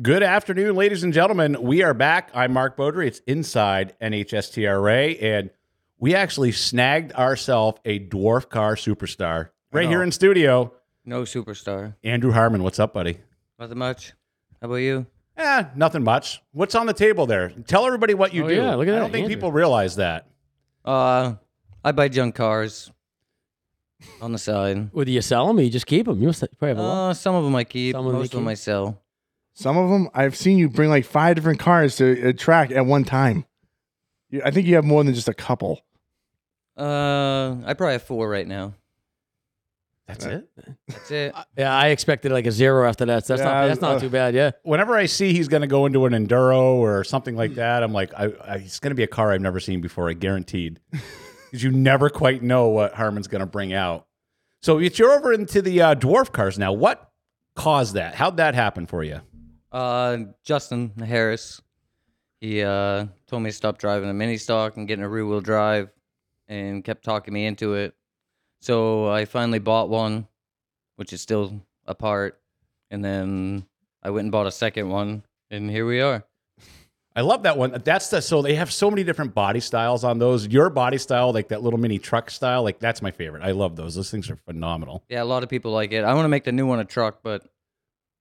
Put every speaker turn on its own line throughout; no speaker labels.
Good afternoon, ladies and gentlemen. We are back. I'm Mark Beaudry. It's inside NHSTRA, and we actually snagged ourselves a dwarf car superstar right here in studio.
No superstar.
Andrew Harmon, what's up, buddy?
Nothing much. How about you?
Eh, nothing much. What's on the table there? Tell everybody what you
Oh,
do.
yeah, look at
I
that,
don't think
Andrew.
people realize that.
Uh, I buy junk cars on the side.
Whether you sell them or you just keep them, you must probably have a lot.
Uh, some of them I keep.
Some of 'em
most
you
of them
keep.
I sell.
Some of them I've seen you bring like five different cars to a track at one time. You, I think you have more than just a couple.
Uh, I probably have four right now.
That's it.
That's it.
Yeah, I expected like a zero after that. So that's
Yeah,
not that's not
uh,
too bad. Yeah,
Whenever I see he's going to go into an enduro or something like that, I'm like, I, I, it's going to be a car I've never seen before. I guaranteed, because you never quite know what Harmon's going to bring out. So if you're over into the uh, dwarf cars now, what caused that? How'd that happen for you?
Uh, Justin Harris. He uh told me to stop driving a mini stock and getting a rear wheel drive, and kept talking me into it. So I finally bought one, which is still apart, and then I went and bought a second one, and here we are.
I love that one. That's the so they have so many different body styles on those. Your body style, like that little mini truck style, like that's my favorite. I love those. Those things are phenomenal.
Yeah, a lot of people like it. I want to make the new one a truck, but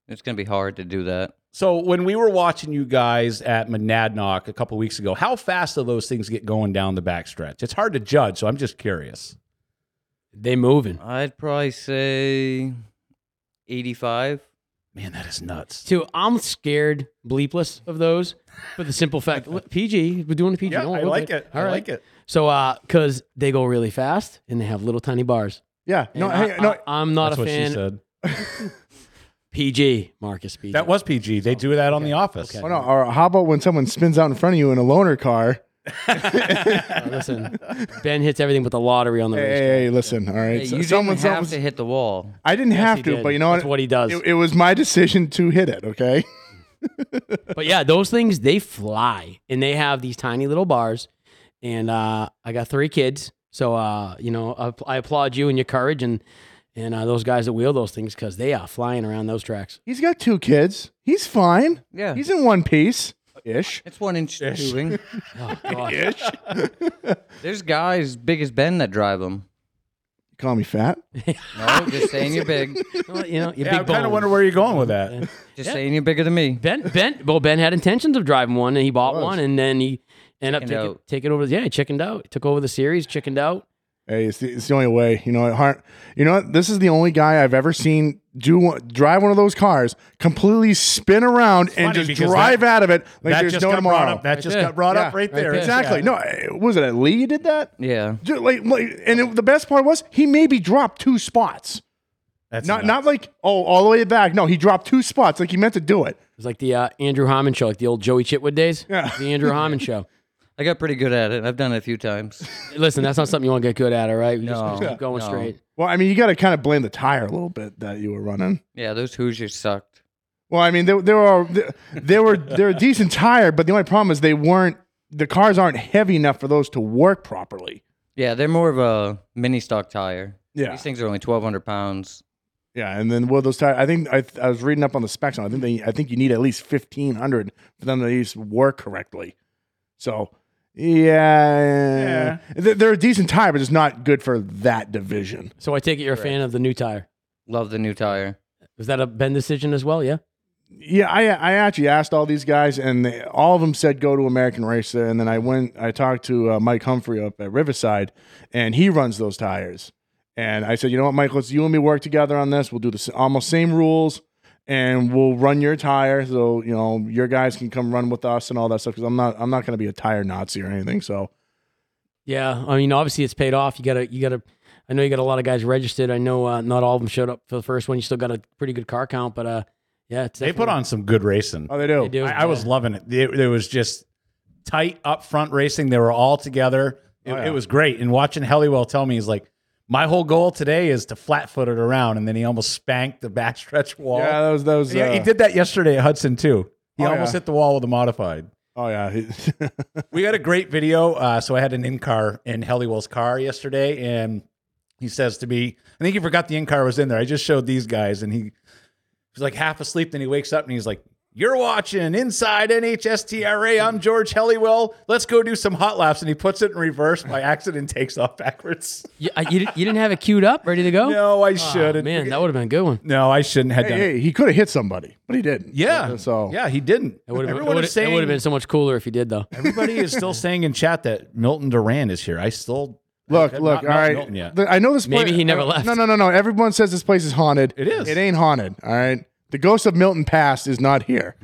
it's gonna be hard to do that.
So when we were watching you guys at Monadnock a couple weeks ago, how fast do those things get going down the backstretch? It's hard to judge, so I'm just curious.
they moving.
Uh,
I'd probably say eighty-five.
Man, that is nuts.
Too, I'm scared bleepless of those for the simple fact Look, PG. We're doing the PG.
Yeah,
don't
I
look
like it. I like it.
So, uh, cause they go really fast and they have little tiny bars.
Yeah. No,
And
hey,
I,
no.
I, am not
That's
a
what
fan.
she said.
PG, Marcus PG.
That was PG. They do that on The Office.
Oh, no. Or how about when someone spins out in front of you in a loaner car?
Uh, listen, Ben hits everything but the lottery on the
Hey,
race.
hey, hey, listen. All right.
Hey,
so
you
someone,
didn't have
someone's-
to hit the wall.
I didn't
Yes,
have
he
to,
did.
but you know
That's
what?
what he does.
It, it was my decision to hit it. Okay.
But yeah, those things they fly and they have these tiny little bars. And uh, I got three kids, so uh, you know I, I applaud you and your courage and and uh, those guys that wheel those things because they are flying around those tracks.
He's got two kids. He's fine.
Yeah,
He's in one piece ish.
it's one inch tubing.
Oh god,
Ish.
There's guys big as Ben that drive them.
Call me fat.
No, just saying you're big.
Well, you know, your
Yeah, I
big
kind of
bones.
wonder where you're going with that.
Just saying you're bigger than me.
Ben Ben well Ben had intentions of driving one and he bought
Was.
one and then he ended
Chickened
up taking,
out.
taking over. Yeah, he chickened out. Took over the series, chickened out.
Hey, it's the, it's the only way. You know, it har- you know what? This is the only guy I've ever seen do one- drive one of those cars, completely spin around
funny
and just
because
drive
that-
out of it like
that
there's
just
no
got brought
tomorrow.
up. That just
there.
got brought
Yeah,
up right
right
there.
there.
exactly. No, eh, was it Lee did that?
Yeah,
Ju- Like, like, and it, the best part was he maybe dropped two spots.
That's
not
nuts.
not like oh all the way back. No, he dropped two spots. Like he meant to do
It
it.
was like the uh, Andrew Hyman show, like the old Joey Chitwood days.
Yeah.
The Andrew Hyman show.
I got pretty good at it. I've done it a few times.
Listen, that's not something you want to get good at, all right? You
No,
just keep going
no.
straight.
Well, I mean, you got to kind of blame the tire a little bit that you were running.
Yeah, those Hoosiers sucked.
Well, I mean, they, they were they, they were they're a decent tire, but the only problem is they weren't the cars aren't heavy enough for those to work properly.
Yeah, they're more of a mini stock tire.
Yeah,
These things are only 1,200 pounds.
yeah, and then well, those tires. I think I, I was reading up on the specs on. it. I think they I think you need at least fifteen hundred for them to at least work correctly. So yeah, They- they're a decent tire, but it's not good for that division.
So I take it you're a fan of the new tire.
Love the new tire.
Was that a Ben decision as well? Yeah.
Yeah, I I actually asked all these guys, and they, all of them said go to American Racer. And then I went, I talked to uh, Mike Humphrey up at Riverside, and he runs those tires. And I said, you know what, Mike, let's you and me work together on this. We'll do the s- almost same rules, and we'll run your tire, so you know your guys can come run with us and all that stuff. Because I'm not I'm not going to be a tire Nazi or anything. So
Yeah. I mean, obviously it's paid off. You gotta, you gotta. I know you got a lot of guys registered. I know uh, not all of them showed up for the first one. You still got a pretty good car count, but uh, yeah, it's
They put
definitely-
on some good racing.
oh, they do.
They do.
I, I was loving it. It, it was just tight up front racing. They were all together. It,
Oh, yeah.
it was great. And watching Helliwell tell me, he's like, my whole goal today is to flat foot it around. And then he almost spanked the backstretch wall.
Yeah, that was that was.
And he- he
uh,
did that yesterday at Hudson, too. He
Oh,
almost
yeah.
hit the wall with a modified.
Oh yeah.
We got a great video. Uh, so I had an in car in Helliwell's car yesterday, and he says to me, "I think you forgot the in car was in there." I just showed these guys, and he was like half asleep. Then he wakes up and he's like, You're watching Inside NHSTRA. I'm George Helliwell. Let's go do some hot laps. And he puts it in reverse by accident, takes off backwards.
You, I- you, you didn't have it queued up, ready to go?
No, I
Oh,
shouldn't.
man, that would have been a good one.
no, I shouldn't have
Hey,
done it.
hey, he could have hit somebody, but he didn't.
Yeah.
So
yeah, he didn't.
It would have been, it
Everyone
would've-
is
it
saying
would've been so much cooler if you did, though.
everybody is still saying in chat that Milton Duran is here. I still
Look,
I've
look,
not
all
met
right.
Milton yet.
The- I know this.
Maybe
place-
he never
uh,
left.
No, no, no, no. Everyone says this place is haunted.
It is.
It ain't haunted. All right. The ghost of Milton Past is not here.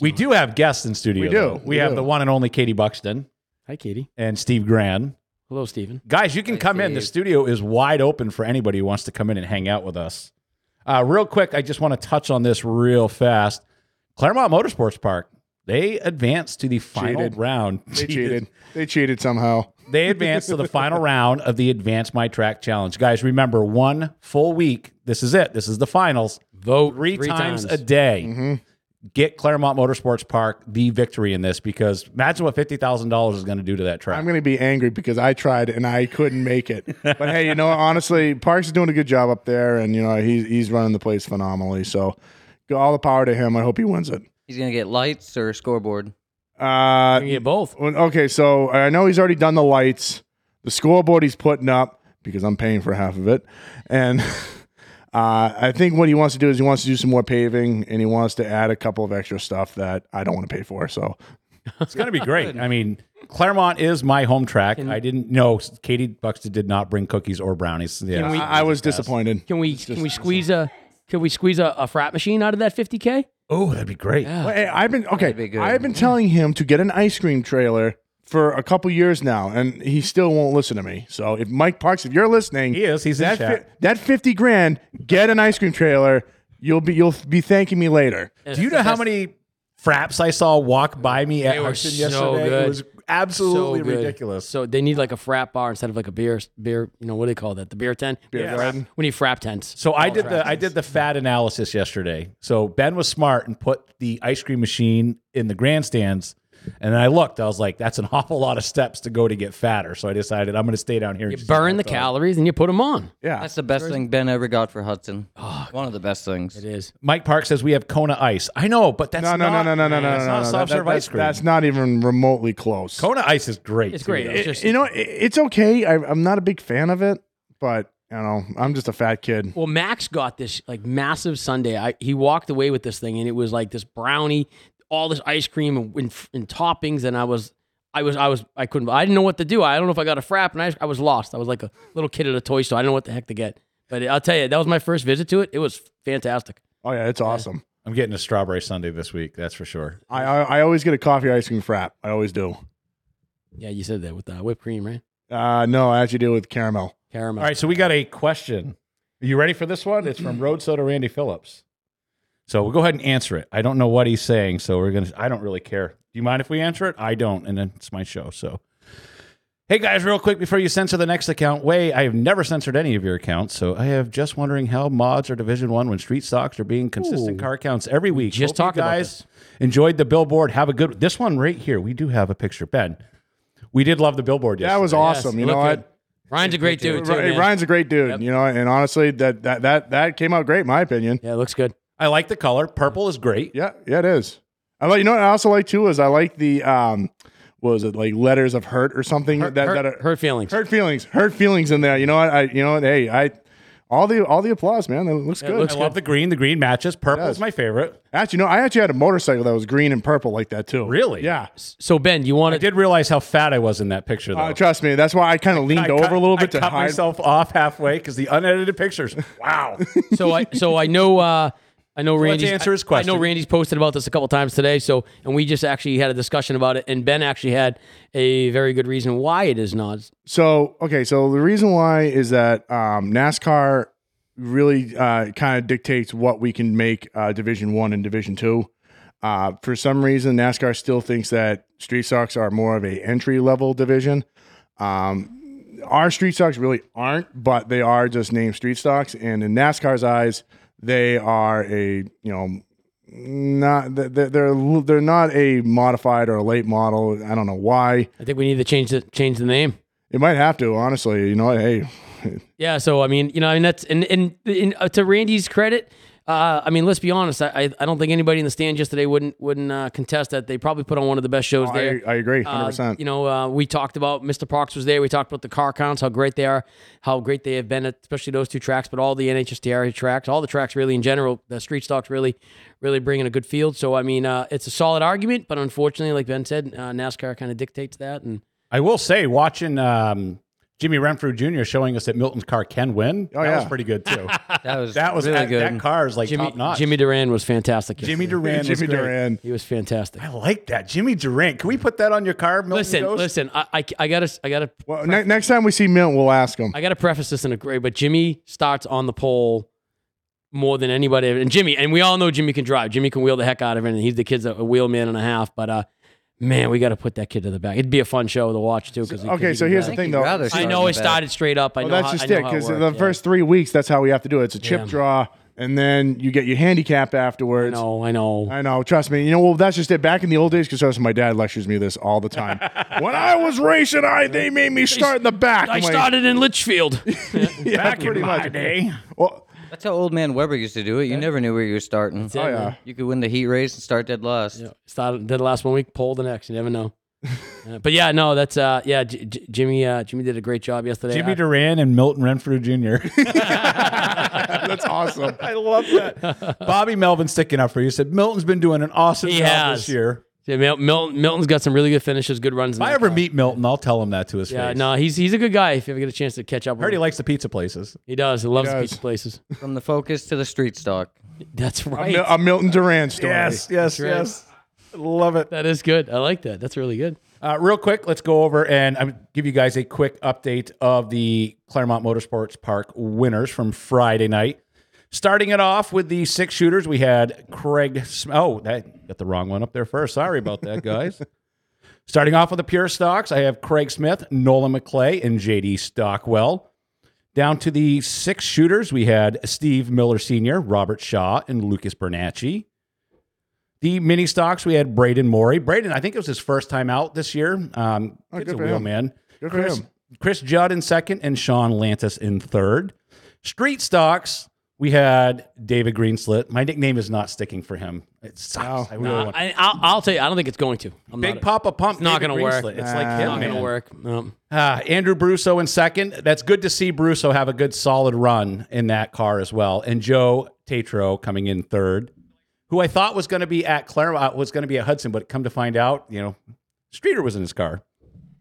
we do have guests in studio.
We do.
though. We,
We
have
do.
the one and only Katie Buxton
Hi, Katie.
and Steve Gran.
Hello, Steven.
Guys, you can come in. The
Steve.
studio is wide open for anybody who wants to come in and hang out with us. Uh, real quick, I just want to touch on this real fast. Claremont Motorsports Park. They advanced to the final
Cheated.
round.
They cheated. They cheated somehow.
they advance to the final round of the Advance My Track Challenge. Guys, remember one full week. This is it. This is the finals.
Vote Mm-hmm.
Three, times, a day. Get Claremont Motorsports Park the victory in this because imagine what fifty thousand dollars is going to do to that track.
I'm going to be angry because I tried and I couldn't make it. But hey, you know, honestly, Parks is doing a good job up there, and you know he's he's running the place phenomenally. So, go all the power to him. I hope he wins it.
He's gonna get lights or a scoreboard.
Uh,
You can get both.
Well, okay, so I know he's already done the lights, the scoreboard he's putting up because I'm paying for half of it, and uh, I think what he wants to do is he wants to do some more paving and he wants to add a couple of extra stuff that I don't want to pay for. So
It's going to be great. I mean, Claremont is my home track. I didn't know Katie Buxton did not bring cookies or brownies. Yeah, Ah.
Can we-
I, I was disappointed.
Can we can we squeeze a can we squeeze a, a frat machine out of that 50k?
oh, that'd be great.
Well, hey, I've been okay.
be good.
I've been telling him to get an ice cream trailer for a couple years now, and he still won't listen to me. So if Mike Parks, if you're listening,
He is. He's in
that
chat.
fi- that fifty grand, get an ice cream trailer. You'll be you'll be thanking me later.
Do you know how many fraps I saw walk by me at
They were
Hudson
so
yesterday?
good.
It was absolutely
So good.
ridiculous.
So they need like a frat bar instead of like a beer beer. You know what do they call that? The beer tent.
Yeah.
Brad?
We need frap tents.
So I did the I did the fat analysis yesterday. So Ben was smart and put the ice cream machine in the grandstands. And then I looked, I was like, that's an awful lot of steps to go to get fatter. So I decided I'm gonna stay down here and
you
just-
burn the calories and you put them on.
Yeah.
That's the best thing Ben ever got for Hudson. One of the best things.
It is.
Mike Park says we have Kona ice. I know, but that's
No, no,
not,
no, no, no, no, no,
that's
no,
not
no, no.
soft
That-
serve
that-
ice cream.
That's not even remotely close.
Kona ice is great.
It's great.
It-
It's just
you know, it, it's okay. I, I'm not a big fan of it, but you know, I'm just a fat kid.
Well, Max got this like massive Sunday. I, he walked away with this thing, and it was like this brownie, all this ice cream and, and, and toppings. And I was, I was, I was, I couldn't, I didn't know what to do. I don't know if I got a frap, and I, I was lost. I was like a little kid at a toy store. I didn't know what the heck to get. But I'll tell you, that was my first visit to it. It was fantastic.
Oh yeah, it's awesome.
I'm getting a strawberry sundae this week, that's for sure.
I, I I always get a coffee ice cream frap. I always do.
Yeah, you said that with uh, whipped cream, right?
Uh, no, I actually deal with caramel.
Caramel.
All right, so we got a question. Are you ready for this one? It's from Road Soda Randy Phillips. So we'll go ahead and answer it. I don't know what he's saying, so we're gonna. I don't really care. Do you mind if we answer it? I don't, and then it's my show. So, hey guys, real quick before you censor the next account, way I have never censored any of your accounts, so I have just wondering how mods are Division One when street stocks are being consistent car counts every week. Hope
just
you
talked about
guys enjoyed the billboard. Have a good this one right here. We do have a picture, Ben. We did love the billboard.
That was
yesterday.
awesome. you know what?
Ryan's a great dude too.
Ri-
man.
Ryan's a great dude. You know, and honestly, that that that that came out great in my opinion.
Yeah, it looks good.
I like the color. Purple is great.
Yeah, yeah, it is. I like. You know, what I also like too is I like the um, what was it like letters of hurt or something that
hurt,
that are,
hurt feelings.
hurt feelings, hurt feelings in there. You know what? I, you know what? Hey, I, all the, all the applause, man. That looks good.
I love the green. The green matches. Purple is my favorite.
actually, no, I actually had a motorcycle that was green and purple like that too.
Really?
Yeah.
So Ben, you
I
want to?
did realize how fat I was in that picture, though.
Uh, trust me, that's why I kind of leaned
I
over
cut-
a little
I
bit to
cut
hide.
myself off halfway because the unedited pictures. Wow.
So I so I know uh I know
let's
Randy's
answer his
I-
question.
I know Randy's posted about this a couple times today. So and we just actually had a discussion about it, and Ben actually had a very good reason why it is not.
So okay, so the reason why is that um, NASCAR really uh, kind of dictates what we can make uh, Division One and Division Two. Uh, for some reason, NASCAR still thinks that street stocks are more of a entry level division. Um, our street stocks really aren't, but they are just named street stocks, and in NASCAR's eyes, they are a you know not they're they're they're not a modified or a late model. I don't know why.
I think we need to change the change the name.
It might have to, honestly. You know, hey,
Yeah. So I mean, you know, I mean that's and and, and uh, to Randy's credit, Uh, I mean, let's be honest. I, I, I don't think anybody in the stands yesterday wouldn't wouldn't uh, contest that they probably put on one of the best shows
Oh,
there.
I, I agree, hundred
Uh,
percent.
you know, uh, we talked about Mr. Parks was there. We talked about the car counts, how great they are, how great they have been, at, especially those two tracks, but all the NHSTRA tracks, all the tracks really in general. The street stocks really, really bringing a good field. So I mean, uh, it's a solid argument, but unfortunately, like Ben said, uh, NASCAR kind of dictates that. And
I will say, watching um, Jimmy Renfrew Jr. showing us that Milton's car can win,
Oh,
that was
yeah.
pretty good too.
That was
that was
really
that,
good.
that car is like
Jimmy
top notch.
Jimmy Duran was fantastic.
Jimmy
yesterday.
Duran,
Jimmy Duran.
he was fantastic.
I like that. Jimmy Durant. Can we put that on your car? Milton
Listen,
Ghost?
listen, I, I, I gotta, I gotta
Well, ne- next time we see Milt, we'll ask him.
I got to preface this in a great, but Jimmy starts on the pole more than anybody. And Jimmy, and we all know Jimmy can drive. Jimmy can wheel the heck out of it. And he's the kid's a, a wheel man and a half. But uh, man, we got to put that kid to the back. It'd be a fun show to watch too. Because
okay, so here's
I think
the thing,
he'd
though.
rather
Well,
I
start
know
in
it
the back.
started straight up. I know
that's
how,
just
I know
it
how
because
worked,
the
yeah.
first three weeks, that's how we have to do it. It's a chip
Yeah.
draw, and then you get your handicap
I
afterwards.
know, I know.
I know. Trust me. You know, well, that's just it. Back in the old days, because my dad lectures me this all the time. when I was racing, I they made me start in the back.
I
I'm like,
started in Litchfield.
Oh, yeah,
Back
pretty
in my
much.
day.
Well,
That's how old man Weber used to do it. You never knew where you were starting.
oh yeah.
You could win the heat race and start dead last.
Yeah, started did the last one week, pole the next. You never know. Uh, but yeah, no, that's uh, yeah. J- J- Jimmy, uh, Jimmy did a great job yesterday. Uh,
Jimmy
I-
Duran and Milton Renfrew Jr.
That's awesome.
I love that. Bobby Melvin sticking up for you. He said Milton's been doing an awesome
He
job
has.
this year.
Yeah, Mil- Milton, Milton's got some really good finishes, good runs. in
If I
that
ever
car.
meet Milton, I'll tell him that to his
Yeah,
face.
no, he's he's a good guy. If you ever get a chance to catch
I
up, with
heard he
him.
likes the pizza places.
he does. He loves
He
the
does.
pizza places.
From the focus to the street stock.
That's
A,
right.
Mil- a Milton Duran story.
yes,
right.
Love it.
that is good. I like that. That's really good.
Uh, real quick, let's go over and i give you guys a quick update of the Claremont Motorsports Park winners from Friday night. Starting it off with the six shooters, we had Craig. Sm- oh, that got the wrong one up there first. Sorry about that, guys. Starting off with the pure stocks, I have Craig Smith, Nolan McClay, and JD Stockwell. Down to the six shooters, we had Steve Miller Sr., Robert Shaw, and Lucas Bernacci. The mini stocks, we had Braden Morey. Braden, I think it was his first time out this year. Um,
Oh,
kid's
good
a
for
wheel
him.
man.
Good for
Chris,
him.
Chris Judd in second and Sean Lantis in third. Street stocks, we had David Greenslit. My nickname is not sticking for him. It sucks.
No,
I really
Uh,
want
I, I'll, I'll tell you, I don't think it's going to. I'm
Big
not,
Papa Pump.
It's not
David
gonna work.
Greenslit. It's like
Nah.
him.
Not
man.
not going to work. Um,
Uh, Andrew Brusso in second. That's good to see Brusso have a good solid run in that car as well. And Joe Tatro coming in third, who I thought was going to be at Claremont, uh, was going to be at Hudson, but come to find out, you know, Streeter was in his car.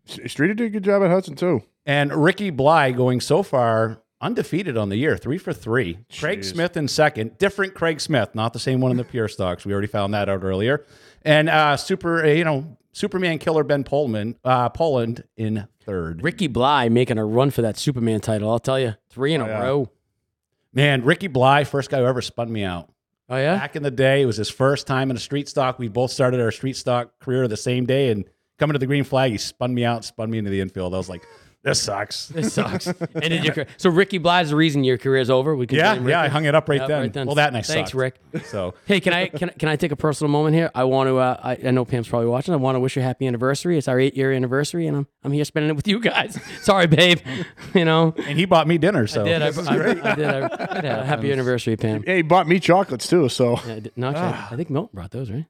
S- Streeter did a good job at Hudson too.
And Ricky Bly going so far undefeated on the year, three for three. Craig
Jeez.
Smith in second, different Craig Smith, not the same one in the pure stocks. We already found that out earlier. And uh, super, uh, you know, Superman killer Ben Polman, uh, Poland in third.
Ricky Bly making a run for that Superman title. I'll tell you, three
Oh,
in a
yeah.
row.
Man, Ricky Bly, first guy who ever spun me out.
Oh yeah,
Back in the day, it was his first time in a street stock. We both started our street stock career the same day, and coming to the green flag, he spun me out, spun me into the infield. I was like, this sucks.
this sucks. Ended your career. So Ricky Bly's the reason your career's over. We can
Yeah,
blame
yeah, I
Ricky.
hung it up right,
Yep,
then. Well, that night
Thanks,
sucked.
Rick.
So
Hey, can I can, I- can I take a personal moment here? I want to. Uh, I, I know Pam's probably watching. I want to wish her happy anniversary. It's our eight year anniversary, and I'm I'm here spending it with you guys. Sorry, babe. you know,
and he bought me dinner. So
did I, I, I did. I, uh, happy anniversary, Pam.
Yeah, he bought me chocolates too. So
Yeah, I did- no, actually, I- I think Milton brought those, right?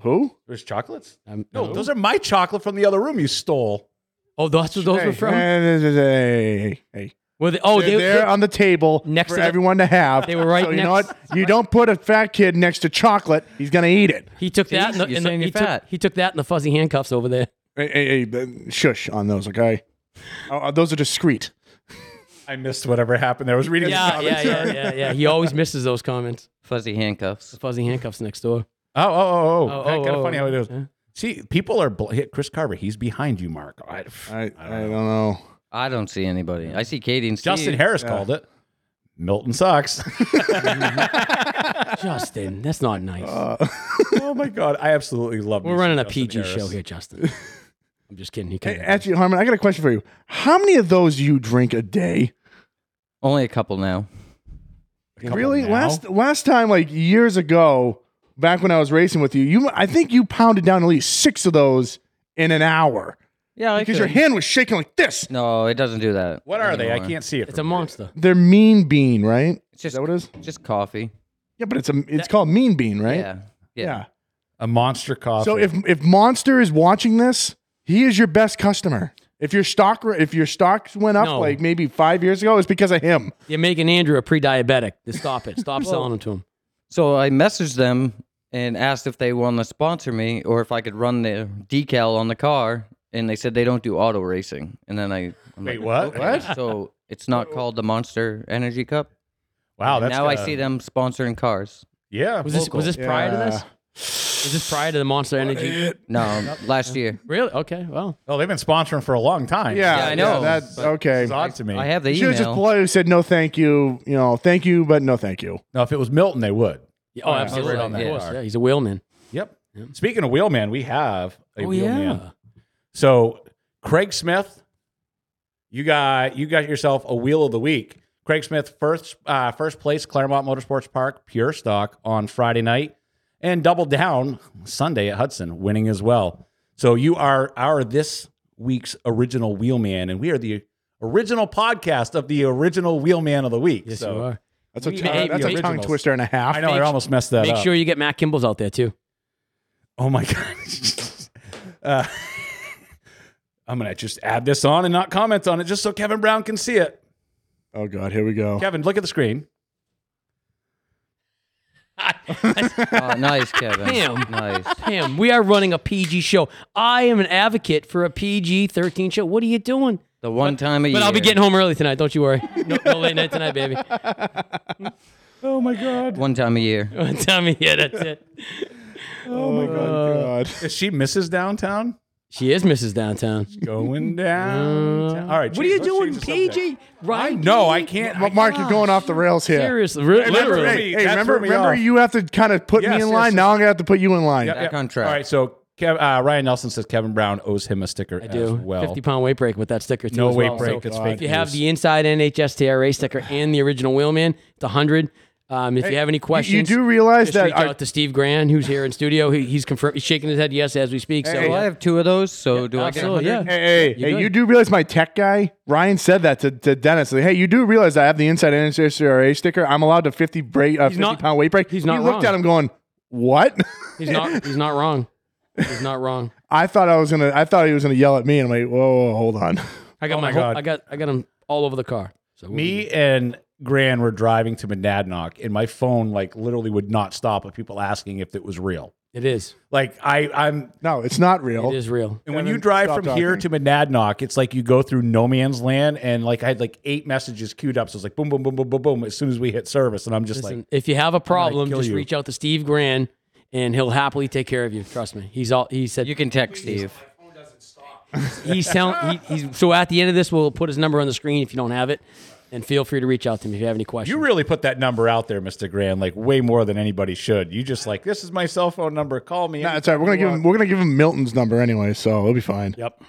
who?
there's chocolates.
Um,
No, those are my chocolate from the other room you stole.
Oh, that's what those
hey,
were from.
Hey, hey, hey, hey, hey.
Were they, oh,
They're
they,
there
they,
on the table
Next
for
to the-
everyone to have.
They were right
So you know
next-
what? You don't put a fat kid next to chocolate. He's gonna eat it.
he took that. in the,
Jeez, you're
in the-
saying
he,
you're
took,
fat.
he took that in the fuzzy handcuffs over there.
Hey, hey, hey, th- shush on those, okay? Oh, uh, those are discreet.
I missed whatever happened there. I was reading. the
Yeah, yeah,
comments.
yeah, yeah, yeah. He always misses those comments.
Fuzzy handcuffs.
Fuzzy handcuffs next door.
Oh, oh, oh, oh.
Oh,
kind
oh,
of funny
oh,
how it is.
yeah.
See, people are bl- hit Chris Carver. He's behind you, Mark. I,
I, I, don't know.
I don't see anybody. I see Katie and Steve.
Justin Harris called it. Milton sucks.
Justin, that's not nice.
oh my god, I absolutely love.
We're
me some
running a
Justin
PG
Harris.
show here, Justin. I'm just kidding. He
Hey,
kind of
actually, Harmon, I got a question for you. How many of those do you drink a day?
Only a couple now.
A couple
really?
now.
Last last time, like years ago, back when I was racing with you, you I think you pounded down at least six of those in an hour
Yeah, I
because
could.
your hand was shaking like this.
No, it doesn't do that.
What are they? I
anymore.
can't see it.
It's a
from
monster.
They're mean bean, right?
It's just
Is that what it is?
just coffee.
Yeah, but it's a it's called Mean Bean, right?
Yeah. Yeah.
A monster coffee.
So if if Monster is watching this, he is your best customer. If your stock if your stocks went up
No.
like maybe five years ago, it's because of him.
You're making Andrew a pre-diabetic. Just stop it. Stop selling them to him.
So I messaged them and asked if they want to sponsor me or if I could run the decal on the car. And they said they don't do auto racing. And then I I'm
Wait, what?
"Okay, So it's not called the Monster Energy Cup.
wow, Oh, that's
now I
gotta-
see them sponsoring cars.
Yeah,
Was this was this prior to this? Was this prior to the Monster Energy?
No, um, last year
Really? Okay. Well,
Oh, they've been sponsoring for a long time.
Yeah,
Yeah, I know,
that's
but-
okay.
it's odd to me.
I have the
You should have just
email.
politely said no, thank you. You know, thank you, but no, thank you.
now, if it was Milton, they would.
yeah, oh,
Yeah,
absolutely.
right on that
Of course,
car.
yeah, he's a wheelman.
Yep. Speaking of wheelman, we have a
Oh
wheelman.
yeah.
So Craig Smith, you got you got yourself a wheel of the week. Craig Smith first uh, first place Claremont Motorsports Park pure stock on Friday night and double down Sunday at Hudson, winning as well. So you are our this week's original wheelman, and we are the original podcast of the original wheelman of the week.
Yes,
so
you are.
That's a,
We
tongue-
have
that's
the
a tongue
originals.
twister and a half.
I know I almost messed that
Make
up.
sure you get Matt Kimball's out there too.
Oh my gosh. Uh, I'm going to just add this on and not comment on it just so Kevin Brown can see it.
Oh God, here we go.
Kevin, look at the screen.
Oh, nice, Kevin.
Damn.
Nice.
Damn, we are running a PG show. I am an advocate for a PG 13 show. What are you doing?
The one time a year.
But I'll be getting home early tonight. Don't you worry. No, no late night tonight, baby.
Oh my God.
one time a year.
Tell me, yeah, that's it.
Oh my God, God.
Is she Mrs. Downtown?
She is Mrs. Downtown.
Going down. All right.
What are
geez,
you
let's
doing,
change the subject.
PG? Right?
No, I can't.
But Mark, you're going off the rails here.
Seriously, ri-
Hey, remember
literally.
me. That's
Hey, hey, remember,
where we
remember
are.
you have to kind of put
Yes,
me in
yes,
line.
yes.
Now I'm gonna have to put you in line.
Yep,
Back
yep.
on track.
All right. So Kev, uh, Ryan Nelson says Kevin Brown owes him a sticker
I
as
do.
well.
50 pound weight break with that sticker, too.
no
as
weight
well.
break.
So
it's fake.
if you have
news.
the inside NHSTRA sticker and the original Wheelman, it's 100. Um, if you have any
You-
questions,
You do realize
just
that
reach
our-
out to Steve Grand, who's here in studio. He, he's confirmed. He's shaking his head yes as we speak. so
So Oh, I have two of those. So do I get
absolutely,
100?
yeah.
Hey, hey,
You're
hey,
good.
you do realize my tech guy, Ryan said that to, to Dennis. Like, hey, you do realize I have the inside NSRA sticker. I'm allowed to 50 break, uh, 50
not-
pound weight break.
he's not
He looked
wrong.
at him going, what?
He's not. He's not wrong. He's not wrong.
Oh
I thought I was going to, I thought he was going to yell at me. And I'm like, whoa, whoa, whoa, hold on.
I got
Oh my
my. whole-
God.
I got. I got him all over the car. So we'll be-
Me and Gran were driving to Monadnock, and my phone like literally would not stop of people asking if it was real.
It is.
Like I, I'm
No, it's not
It
real.
is real.
And when
Kevin,
you drive
stop
from here to
talking.
Monadnock, it's like you go through no man's land. And like I had like eight messages queued up. So it's like boom, boom, boom, boom, boom, boom. As soon as we hit service, and I'm just
Listen,
like,
if you have a problem,
kill
just
you.
reach out to Steve Grand, and he'll happily take care of you. Trust me. He's all. He said.
You can text Steve.
he's telling. He, he's so. At the end of this, we'll put his number on the screen if you don't have it, and feel free to reach out to him if you have any questions.
you really put that number out there, Mister Grand, like way more than anybody should. You just like this is my cell phone number. Call me.
Nah, it's all right. We're going to give him, we're going to give him Milton's number anyway. So it'll be fine.
Yep.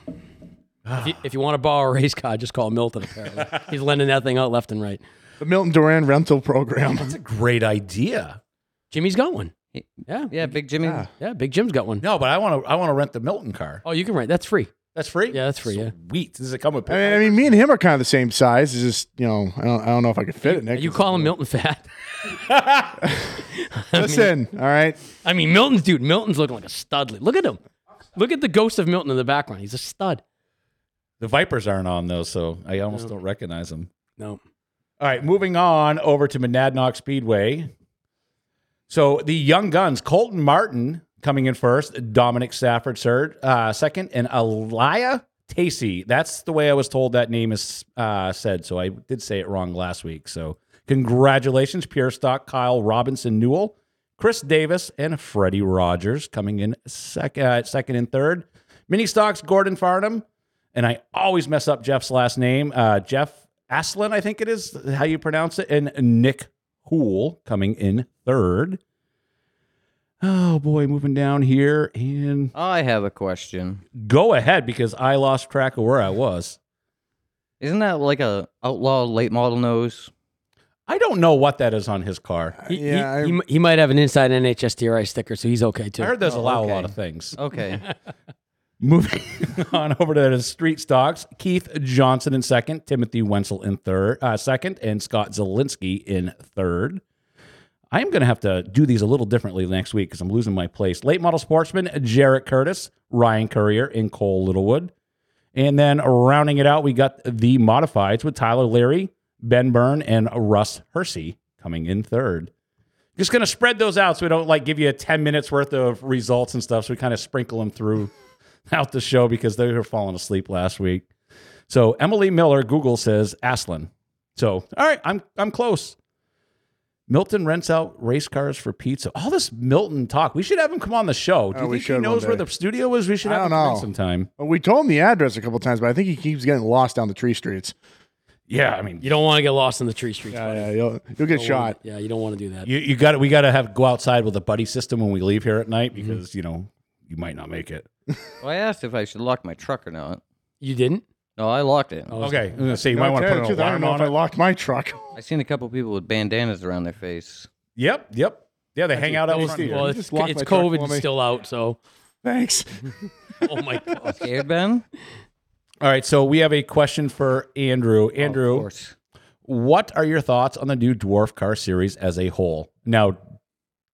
if, you, if you want to borrow a race car, just call Milton. Apparently, he's lending that thing out left and right.
The Milton Duran rental program.
That's a great idea.
Jimmy's got one.
He-
Yeah.
Yeah, Big Jimmy.
Yeah. Big Jim's got one.
No, but I want to. I want to rent the Milton car.
Oh, you can rent. That's free.
That's free.
Yeah, that's free, yeah.
Sweet. Does it come with?
I mean, I mean, me and him are kind of the same size. It's just, you know, I don't, I don't know if I could fit it,
Are
Nick.
you call him Milton fat?
Listen, all right.
I mean, Milton's dude. Milton's looking like a studly. Look at him. Look at the ghost of Milton in the background. He's a stud.
the Vipers aren't on though, so I almost don't recognize them.
No.
All right, moving on over to Monadnock Speedway. So the young guns, Colton Martin coming in first, Dominic Safford third, uh, second, and Elia Tacey. That's the way I was told that name is uh, said. So I did say it wrong last week. So congratulations, Pure Stock, Kyle Robinson Newell, Chris Davis, and Freddie Rogers coming in sec- uh, second and third. Mini Stocks, Gordon Farnham, and I always mess up Jeff's last name. Uh, Jeff Aslin, I think it is how you pronounce it, and Nick Hool coming in third. Oh boy, moving down here and
Oh, I have a question.
go ahead because I lost track of where I was.
Isn't that like a outlaw late model nose?
I don't know what that is on his car.
He, he-
Yeah, I-
he, m- he might have an inside NHSDRI sticker, so he's okay too.
I heard those
Oh,
allow
okay.
a lot of things.
Okay.
Moving on over to the street stocks, Keith Johnson in second, Timothy Wenzel in third, uh, second, and Scott Zelinsky in third. I am going to have to do these a little differently next week because I'm losing my place. Late model sportsman, Jarrett Curtis, Ryan Courier, and Cole Littlewood. And then rounding it out, we got the modifieds with Tyler Leary, Ben Byrne, and Russ Hersey coming in third. Just going to spread those out so we don't like give you a 10 minutes worth of results and stuff. So we kind of sprinkle them through out the show because they were falling asleep last week. So Emily Miller, Google says Aslan. So all right, I'm I'm close. Milton rents out race cars for pizza. All this Milton talk. We should have him come on the show. Do
Oh,
you
we
think he
should one
knows where
day.
the studio is? We should
I
have him
don't
come in
know.
sometime.
Well, we told him the address a couple times, but I think he keeps getting lost down the tree streets.
Yeah, I mean,
You don't want to get lost in the tree streets.
Yeah, yeah, you'll, you'll get shot.
Yeah, you don't want to do that.
you, you got we got to have go outside with a buddy system when we leave here at night
Mm-hmm.
because you know you might not make it.
Well, I asked if I should lock my truck or not.
You didn't?
No, I locked it.
Okay, I'm gonna say you
No,
might want
tell
to
you the
put an
truth, I
alarm
don't know
on
if I
it.
locked my truck.
I seen a couple people with bandanas around their face.
Yep, yep, yeah. They hang out out
that is
front.
the-
here.
Well,
You
it's,
just locked
it's
my truck
COVID
for
and
me.
still out, so
Thanks.
oh my god.
Scared, Ben?
All right, so we have a question for Andrew.
Of
Andrew,
course.
What are your thoughts on the new Dwarf Car series as a whole? Now,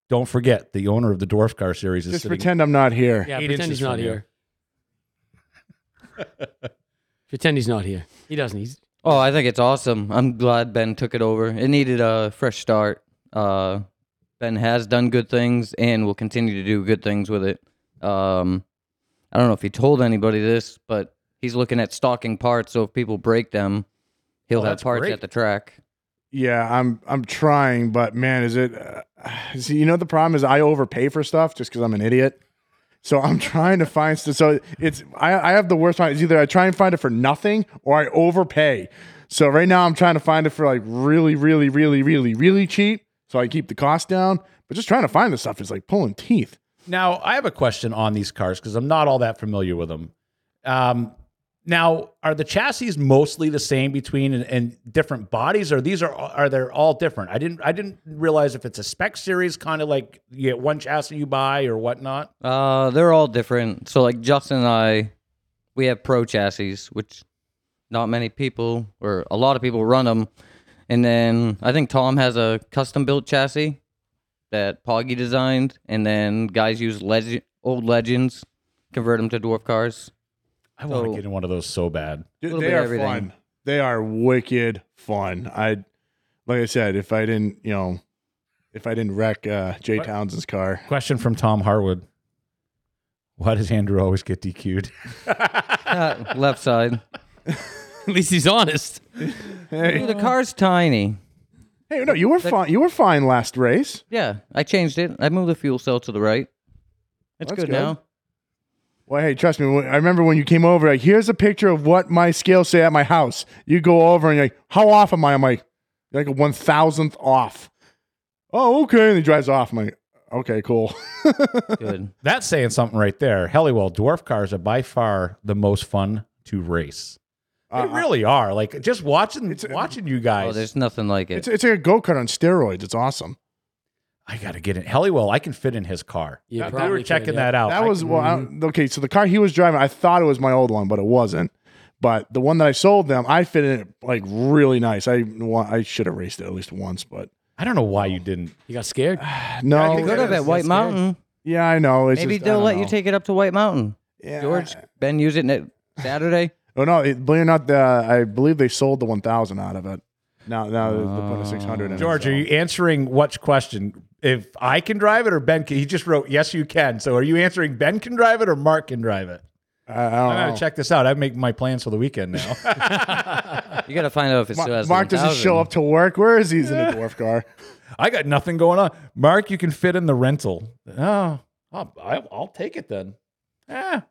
don't forget the owner of the Dwarf Car series is
Just
sitting.
pretend I'm not here.
Yeah,
Eight
pretend
inches
he's not
from you.
here. pretend he's not here. He doesn't. He's
Oh, I think it's awesome. I'm glad Ben took it over. It needed a fresh start. Uh, ben has done good things and will continue to do good things with it. Um, I don't know if he told anybody this, but he's looking at stocking parts. So if people break them, he'll
Oh,
have
that's
parts
great.
at the track.
Yeah, I'm I'm trying, but man, is it? Uh, see, you know the problem is I overpay for stuff just because I'm an idiot. So I'm trying to find stuff. So it's I, I have the worst time. It's either I try and find it for nothing or I overpay. So right now I'm trying to find it for like really, really, really, really, really cheap. So I keep the cost down. But just trying to find the stuff is like pulling teeth.
Now, I have a question on these cars because I'm not all that familiar with them. Um, now, are the chassis mostly the same between and, and different bodies, or these are are they all different? I didn't I didn't realize if it's a spec series, kind of like you get one chassis you buy or whatnot.
Uh, they're all different. So like Justin and I, we have pro chassis, which not many people or a lot of people run them. And then I think Tom has a custom built chassis that Poggy designed, and then guys use legend old legends, convert them to dwarf cars.
I want to
So-
get in one of those so bad.
Dude,
Little
they
bit of
are
everything.
fun. They are wicked fun. I like I said, if I didn't, you know, if I didn't wreck uh, Jay
What?
Townsend's car.
Question from Tom Harwood: Why does Andrew always get DQ'd?
Uh, left side.
at least he's honest.
Dude, the car's tiny.
Hey, no, you were fine. You were fine last race.
Yeah, I changed it. I moved the fuel cell to the right. It's
That's
good,
good.
now.
Well, hey, trust me. when- I remember when you came over. Like, here's a picture of what my scales say at my house. You go over and you're like, how off am I? I'm like, you're like a one thousandth off. Oh, okay. And he drives off. I'm like, okay, cool.
Good.
That's saying something right there. Helliwell, dwarf cars are by far the most fun to race. They
Uh,
really are. Like just watching
It's-
watching you
Oh,
guys.
there's nothing like it.
It's it's like a go kart on steroids. It's awesome.
I gotta get in. Helliwell, I can fit in his car.
You
That- we
probably
were
could,
checking
yeah.
that
Oh,
out.
That
I-
was well. I, okay, so the car he was driving, I thought it was my old one, but it wasn't. But the one that I sold them, I fit in it like really nice. I wa- I should have raced it at least once, but
I don't know why you didn't.
You got scared?
no.
you could have at White
that's good.
Mountain.
Yeah, I know. It's
Maybe
just- I
they'll
don't
let
know.
you take it up to White Mountain.
Yeah.
George, Ben, use it ne- Saturday.
Oh no! It, believe it or not, the, I believe they sold the one thousand out of it. Now, now they're putting a six hundred in. it,
George,
so.
are you answering what question? If I can drive it or Ben can he just wrote yes you can. So are you answering Ben can drive it or Mark can drive it?
I, I
I
don't
gotta
know.
check this out. I make my plans for the weekend now.
You gotta find out if it
Ma-
still has.
Mark doesn't show up to work. Where is he? He's in a dwarf car.
I got nothing going on. Mark, you can fit in the rental. Oh, I'll, I'll I'll take it then. Ah.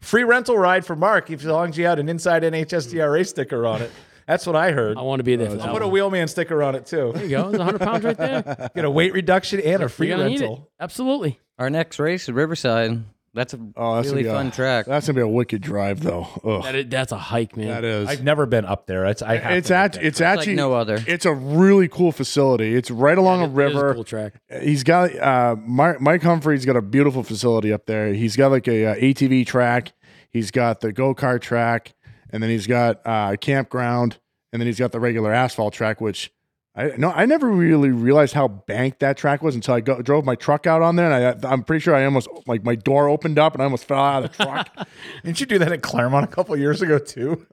Free rental ride for Mark if- as long as you had an inside NHSDRA sticker on it. That's what I heard.
I want to be there for that.
I'll put a
one.
wheelman sticker on it too.
There you go. There's 100 pounds right there.
Get a weight reduction and a free
You're gonna need it.
rental.
Absolutely.
Our next race is Riverside. That's a
Oh, that's gonna
really
be a-
fun track.
That's gonna be a wicked drive, though. Ugh,
That is, that's a hike, man.
that is.
I've never been up there. It's I have
it's
to
at,
get
It's
it's actually
like no other.
It's a really cool facility. It's right along a
It is
river.
cool track.
He's got uh, Mike, Mike Humphrey's got a beautiful facility up there. He's got like a uh, ATV track. He's got the go kart track, and then he's got uh, a campground, and then he's got the regular asphalt track, which I no, I never really realized how banked that track was until I go, drove my truck out on there, and I, I'm pretty sure I almost like my door opened up and I almost fell out of the truck.
Didn't you do that at Claremont a couple years ago too?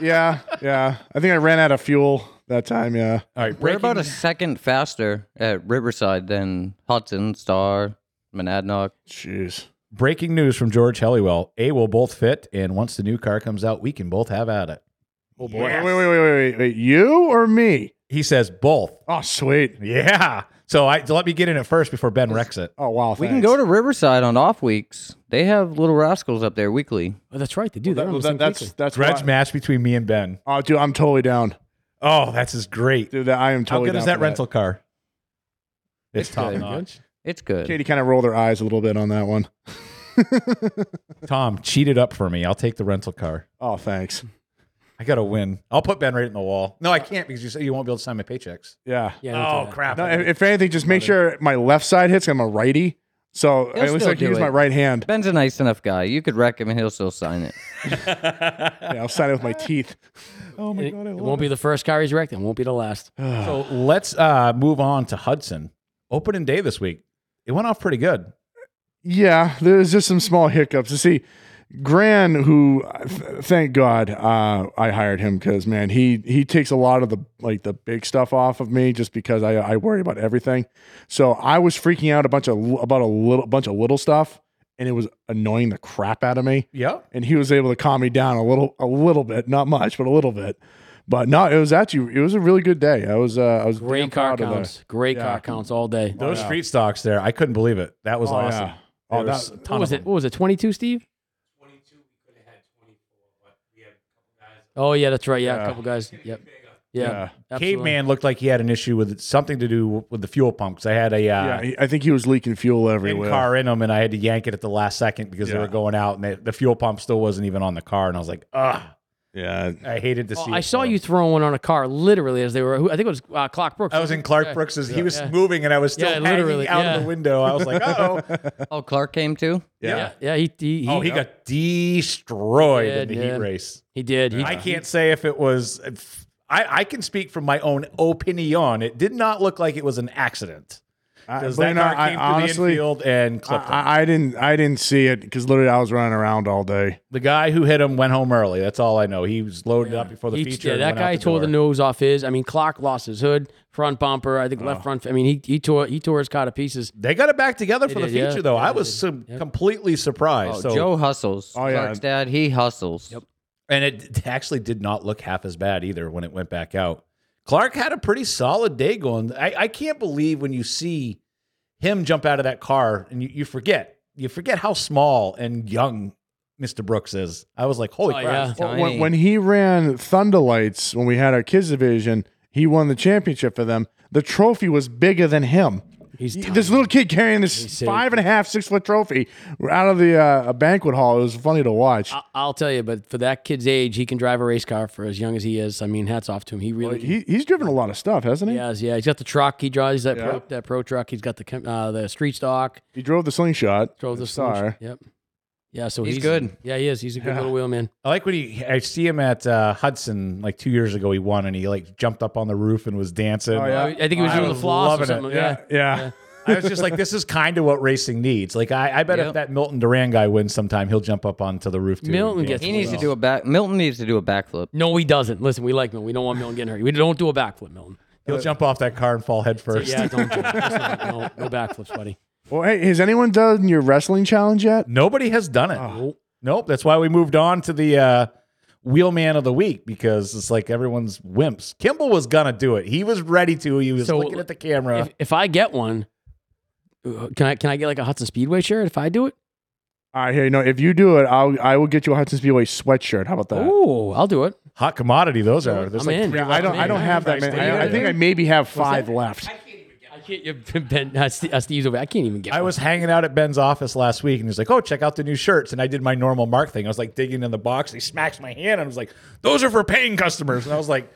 yeah, yeah. I think I ran out of fuel that time. Yeah,
All right,
We're
breaking,
about a second faster at Riverside than Hudson, Star, Monadnock.
jeez.
breaking news from George Helliwell. A will both fit, and once the new car comes out, we can both have at it.
Oh boy. Wait, wait, wait, wait, wait, wait. You or me?
He says both.
Oh, sweet.
Yeah. So I so let me get in it first before Ben wrecks it.
Oh wow.
We can
thanks.
go to Riverside on off weeks. They have little rascals up there weekly.
Oh, that's right. They do.
That-
They're on the
that-
same
that's
weekly.
that's
Grudge
why-
match between me and Ben.
Oh, dude, I'm totally down.
Oh, that's is great.
Dude, that I am
How
totally.
good is
down
that
for
rental car? It's,
It's
top
good.
notch.
It's good.
Katie kind of rolled her eyes a little bit on that one.
Tom cheated up for me. I'll take the rental car.
Oh, thanks.
I got to win. I'll put Ben right in the wall. No, I can't because you said you won't be able to sign my paychecks.
Yeah.
yeah, they do that.
crap!
No, if, if anything, just make sure my left side hits. I'm a righty, so
He'll
at least
still
I
do
can use
it.
my right hand.
Ben's a nice enough guy. You could wreck him and he'll still sign it.
Yeah, I'll sign it with my teeth.
oh
And it, it won't be the first car he's wrecked. and It won't be the last.
So let's uh, move on to Hudson opening day this week. It went off pretty good.
Yeah, there's just some small hiccups. You see, Gran, who th- thank God uh, I hired him because man, he he takes a lot of the like the big stuff off of me just because I, I worry about everything. So I was freaking out a bunch of li- about a little bunch of little stuff, and it was annoying the crap out of me.
Yep.
And he was able to calm me down a little a little bit, not much, but a little bit. But no, it was actually it was a really good day. I was uh, I was damn
Great car
proud of that.
counts. Great
Yeah.
car counts all day.
Those
yeah.
street stocks there, I couldn't believe it. That was
Oh,
awesome.
yeah. Oh,
There was
that-
a ton
What was
of
it?
them.
What was it? Twenty two, Steve? Oh yeah, that's right. Yeah,
Yeah.
a couple guys. Yep. Yeah. absolutely.
Caveman looked like he had an issue with something to do with the fuel pump because I had a uh,
yeah, he- I think he was leaking fuel
in
everywhere.
car in them and I had to yank it at the last second because they
Yeah.
were going out and they, the fuel pump still wasn't even on the car. And I was like, ugh,
Yeah,
I hated to
Oh,
see.
I
it.
saw you throwing one on a car literally as they were. I think it was uh, Clock Brooks.
I was in Clark
Yeah.
Brooks's. He was
Yeah.
moving and I was still
Yeah,
hanging
literally,
out
yeah.
of the window. I was like, oh.
Oh, Clark came too?
Yeah, yeah. he, he, he,
oh, he got destroyed
Yeah,
in the
yeah.
heat race.
he did. He,
I can't say if it was. if- I, I can speak from my own opinion. It did not look like it was an accident.
I,
Because
but
that
you know,
car
I
came to the
honestly,
infield and
I,
clipped him.
I I didn't, I didn't see it because literally I was running around all day.
The guy who hit him went home early. That's all I know. He was loaded up before the
he-
feature.
yeah,
and
that
went out
guy
the
tore
door.
the nose off his. I mean, Clock lost his hood, front bumper. I think
Oh.
left front. I mean, he, he tore he tore his car to pieces.
They got it back together for the
They did, yeah.
future, though.
Yeah,
I
they
was
did.
some,
Yep.
completely surprised.
Oh,
so,
Joe hustles.
Oh, yeah.
Clark's dad, he hustles.
Yep.
and it actually did not look half as bad either when it went back out. Clark had a pretty solid day going. I, I can't believe when you see him jump out of that car and you, you forget you forget how small and young Mr. Brooks is. I was like, holy
Oh,
crap!
yeah.
Well, When,
Tiny.
when he ran Thunderlights when we had our kids division, he won the championship for them. The trophy was bigger than him.
He's
He-
tiny.
this little kid carrying this
He's
five and a half, six foot trophy out of the uh, banquet hall. It was funny to watch.
I- I'll tell you, but for that kid's age, he can drive a race car for as young as he is. I mean, hats off to him. He really
he, he's driven a lot of stuff, hasn't
He
he?
has, oh, yeah. He's got the truck. He drives that
Yeah.
pro, that pro truck. He's got the chem- uh, the street stock.
He drove the slingshot.
Drove the
star.
solution. Yep. Yeah. So
He's good.
Yeah, he is. He's a good
Yeah.
little wheel man.
I like when he. I see him at uh, Hudson like two years ago. He won and he like jumped up on the roof and was dancing.
Oh, yeah.
I think he was
I
doing the
was
floss or
loving it.
something.
Yeah,
Yeah.
yeah.
I was just like, this is kind of what racing needs. Like, I, I bet if
Yep.
that Milton Duran guy wins sometime, he'll jump up onto the roof too.
Milton
Yeah.
gets-
He needs to do a back. Milton needs to do a backflip.
No, he doesn't. Listen, we like Milton. We don't want Milton getting hurt. We don't do a backflip, Milton.
he'll jump off that car and fall head first.
Yeah, don't do it. Listen, no, no backflips, buddy.
Well, hey, has anyone done your wrestling challenge yet?
Nobody has done it.
Oh.
Nope.
Nope. That's why we moved on to the uh, wheelman of the week because it's like everyone's wimps. Kimball was gonna do it. He was ready to. He was
So,
looking at the camera.
If, if I get one, uh, can I can I get like a Hudson Speedway shirt if I do it?
All right, here, no, if you do it, I'll I will get you a Hudson Speedway sweatshirt. How about that?
Oh, I'll do it.
Hot commodity. Those are. There's
I'm
like
in.
three
Yeah, I don't. I don't have that many. I, I think I maybe have five left.
I can't. you- Ben, uh, Steve, uh, Steve's over. I can't even get.
I
one.
was hanging out at Ben's office last week, and he's like, "Oh, check out the new shirts." And I did my normal Mark thing. I was like digging in the box. And he smacks my hand, and I was like, "Those are for paying customers." And I was like,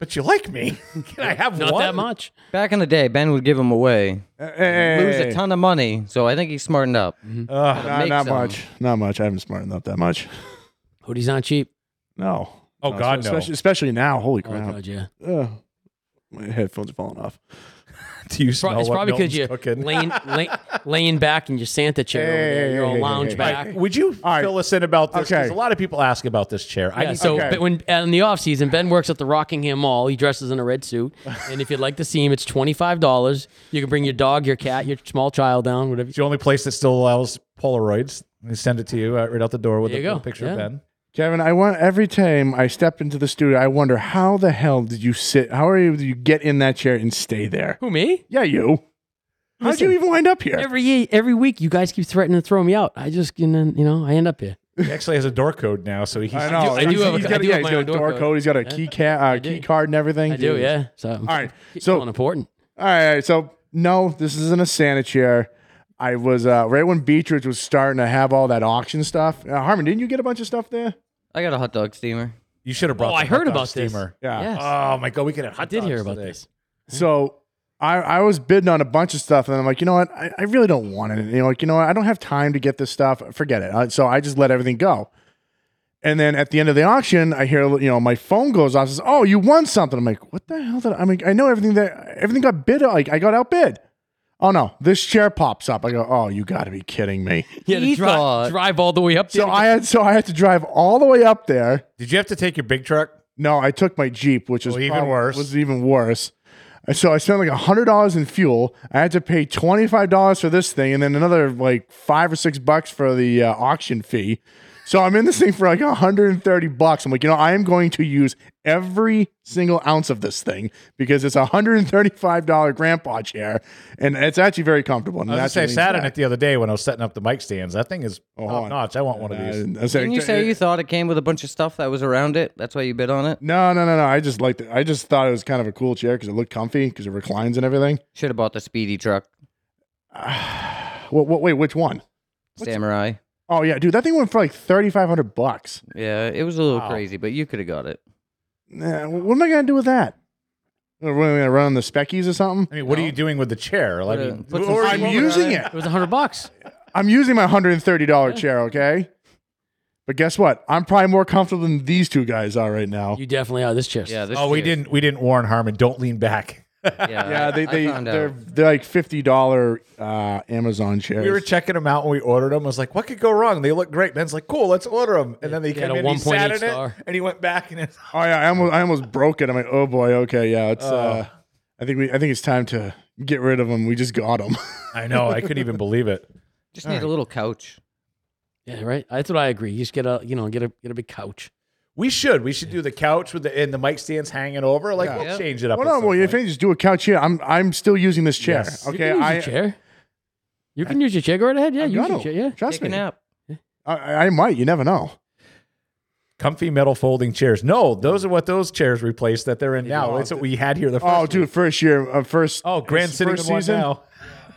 "But you like me? Can I have
not
one?"
that much.
Back in the day, Ben would give him away,
Hey,
lose a ton of money. So I think he's smartened up.
Ugh.
Nah,
Make
not
some.
much. Not much. I haven't smartened up that much.
Hoodies aren't cheap.
No.
Oh, God, no.
Especially, especially now. Holy
Oh
crap.
god, yeah.
Ugh. my headphones are falling off.
Do you
Pro-
smell
it's
what
probably
Milton's
because you're
cooking?
laying, lay, laying back in your Santa chair. over there,
Hey,
your
hey, hey,
lounge
hey, hey.
back.
Would you
All right.
fill us in about this? Because
Okay.
a lot of people ask about this chair. I
Yeah,
need-
so
okay.
but when uh, in the off season, Ben works at the Rockingham Mall. He dresses in a red suit, and if you'd like to see him, it's twenty five dollars. You can bring your dog, your cat, your small child down, whatever.
it's the only place that still allows Polaroids. They send it to you uh, right out the door with
There
a
you go.
with a picture of
Yeah.
Ben.
Kevin, I want every time I step into the studio, I wonder how the hell did you sit? How are you? Did you get in that chair and stay there?
Who me?
Yeah, you. How would you even wind up here?
Every ye- every week, you guys keep threatening to throw me out. I just you know, you know I end up here.
He actually has a door code now, so he's
I know.
I do
He's-
have a-
he's
I
got,
do
yeah,
have
he's
my
got
own
a
door
door
code.
code. He's got a key ca- uh,
do.
key card and everything.
I do, yeah. So all
All right. So
feeling important.
All right, all right, so no, this isn't a Santa chair. I was uh, right when Beatrice was starting to have all that auction stuff. Uh, Harmon, didn't you get a bunch of stuff there?
I got a hot dog steamer.
You should have brought.
Oh,
the
I heard
hot dog
about this.
steamer.
Yeah.
Yes,
Oh my god, we could have.
I did hear about this.
So I, I was bidding on a bunch of stuff, and I'm like, you know what? I, I really don't want it. You know, like you know what? I don't have time to get this stuff. Forget it. Uh, so I just let everything go. And then at the end of the auction, I hear you know my phone goes off. Says, "Oh, you won something." I'm like, "What the hell?" Did I, I mean, I know everything that everything got bid. Like I got outbid. Oh no, this chair pops up. I go, "Oh, you got to be kidding me!"
You had to
He
drive,
thought-
drive all the way up.
So
there.
I had so I had to drive all the way up there.
Did you have to take your big truck?
No, I took my Jeep, which was
Well, even worse.
Was even worse. And so I spent like hundred dollars in fuel. I had to pay twenty five dollars for this thing, and then another like five or six bucks for the uh, auction fee. So I'm in this thing for like hundred and thirty bucks. I'm like, you know, I am going to use every single ounce of this thing because it's a hundred and thirty five dollar grandpa chair, and it's actually very comfortable. And
I was
that's
gonna
what
say, I
leans
sat in
back.
it the other day when I was setting up the mic stands. That thing is
Oh, hold
top
on.
notch. I want one of
Uh,
these.
I was
Didn't you
like,
say you thought it came with a bunch of stuff that was around it? That's why you bid on it.
No, no, no, no. I just liked it. I just thought it was kind of a cool chair because it looked comfy because it reclines and everything.
Should have bought the speedy truck,
What, what? Wait, which one?
samurai.
Oh yeah, dude, that thing went for like thirty five hundred bucks.
Yeah, it was a little
Wow.
crazy, but you could have got it.
Nah, wh- what am I gonna do with that? Am I really gonna run on the speckies or something?
I mean, what are you doing with the chair? oh, I
Put a-
mean,
Uh, put some
or
salt
are you
I'm
on
using it.
It was hundred bucks.
I'm using my hundred and thirty dollar chair, okay? But guess what? I'm probably more comfortable than these two guys are right now.
You definitely are this chair.
Yeah. This
oh, we
shit-
didn't. We didn't warn Harmon. Don't lean back.
Yeah.
yeah,
I-
they
I
they
found out.
they're they're like fifty dollar uh, Amazon chairs.
We were checking them out when we ordered them. I was like, what could go wrong? They look great. Ben's like, cool, let's order them. And then they
They
came
had a
in, he sat
1.8
in
star.
it, and he went back and it's
oh yeah, I almost I almost broke it. I'm like, oh boy, okay, yeah. It's uh, I think we I think it's time to get rid of them. We just got them.
I know. I couldn't even believe it.
Just need a little couch.
Yeah, right. That's what I agree. You just get a you know get a get a big couch.
We should. We should do the couch with the and the mic stands hanging over. Like
Yeah.
we'll
Yeah.
change it up.
Well,
at
no,
some
well, if
point.
you just do a couch here, I'm I'm still using this chair.
Yes. You
Okay,
you can use
I
your chair. You can use your chair. Go right ahead. Yeah,
I
use
got
your
'em.
chair. Yeah.
Trust
Take a
me,
nap.
I, I might. You never know.
Comfy metal folding chairs. No, those are what those chairs replaced that they're in now. That's what we had here the first.
Oh, dude, first year, uh, first
Oh, Grand
first
City
season,
now.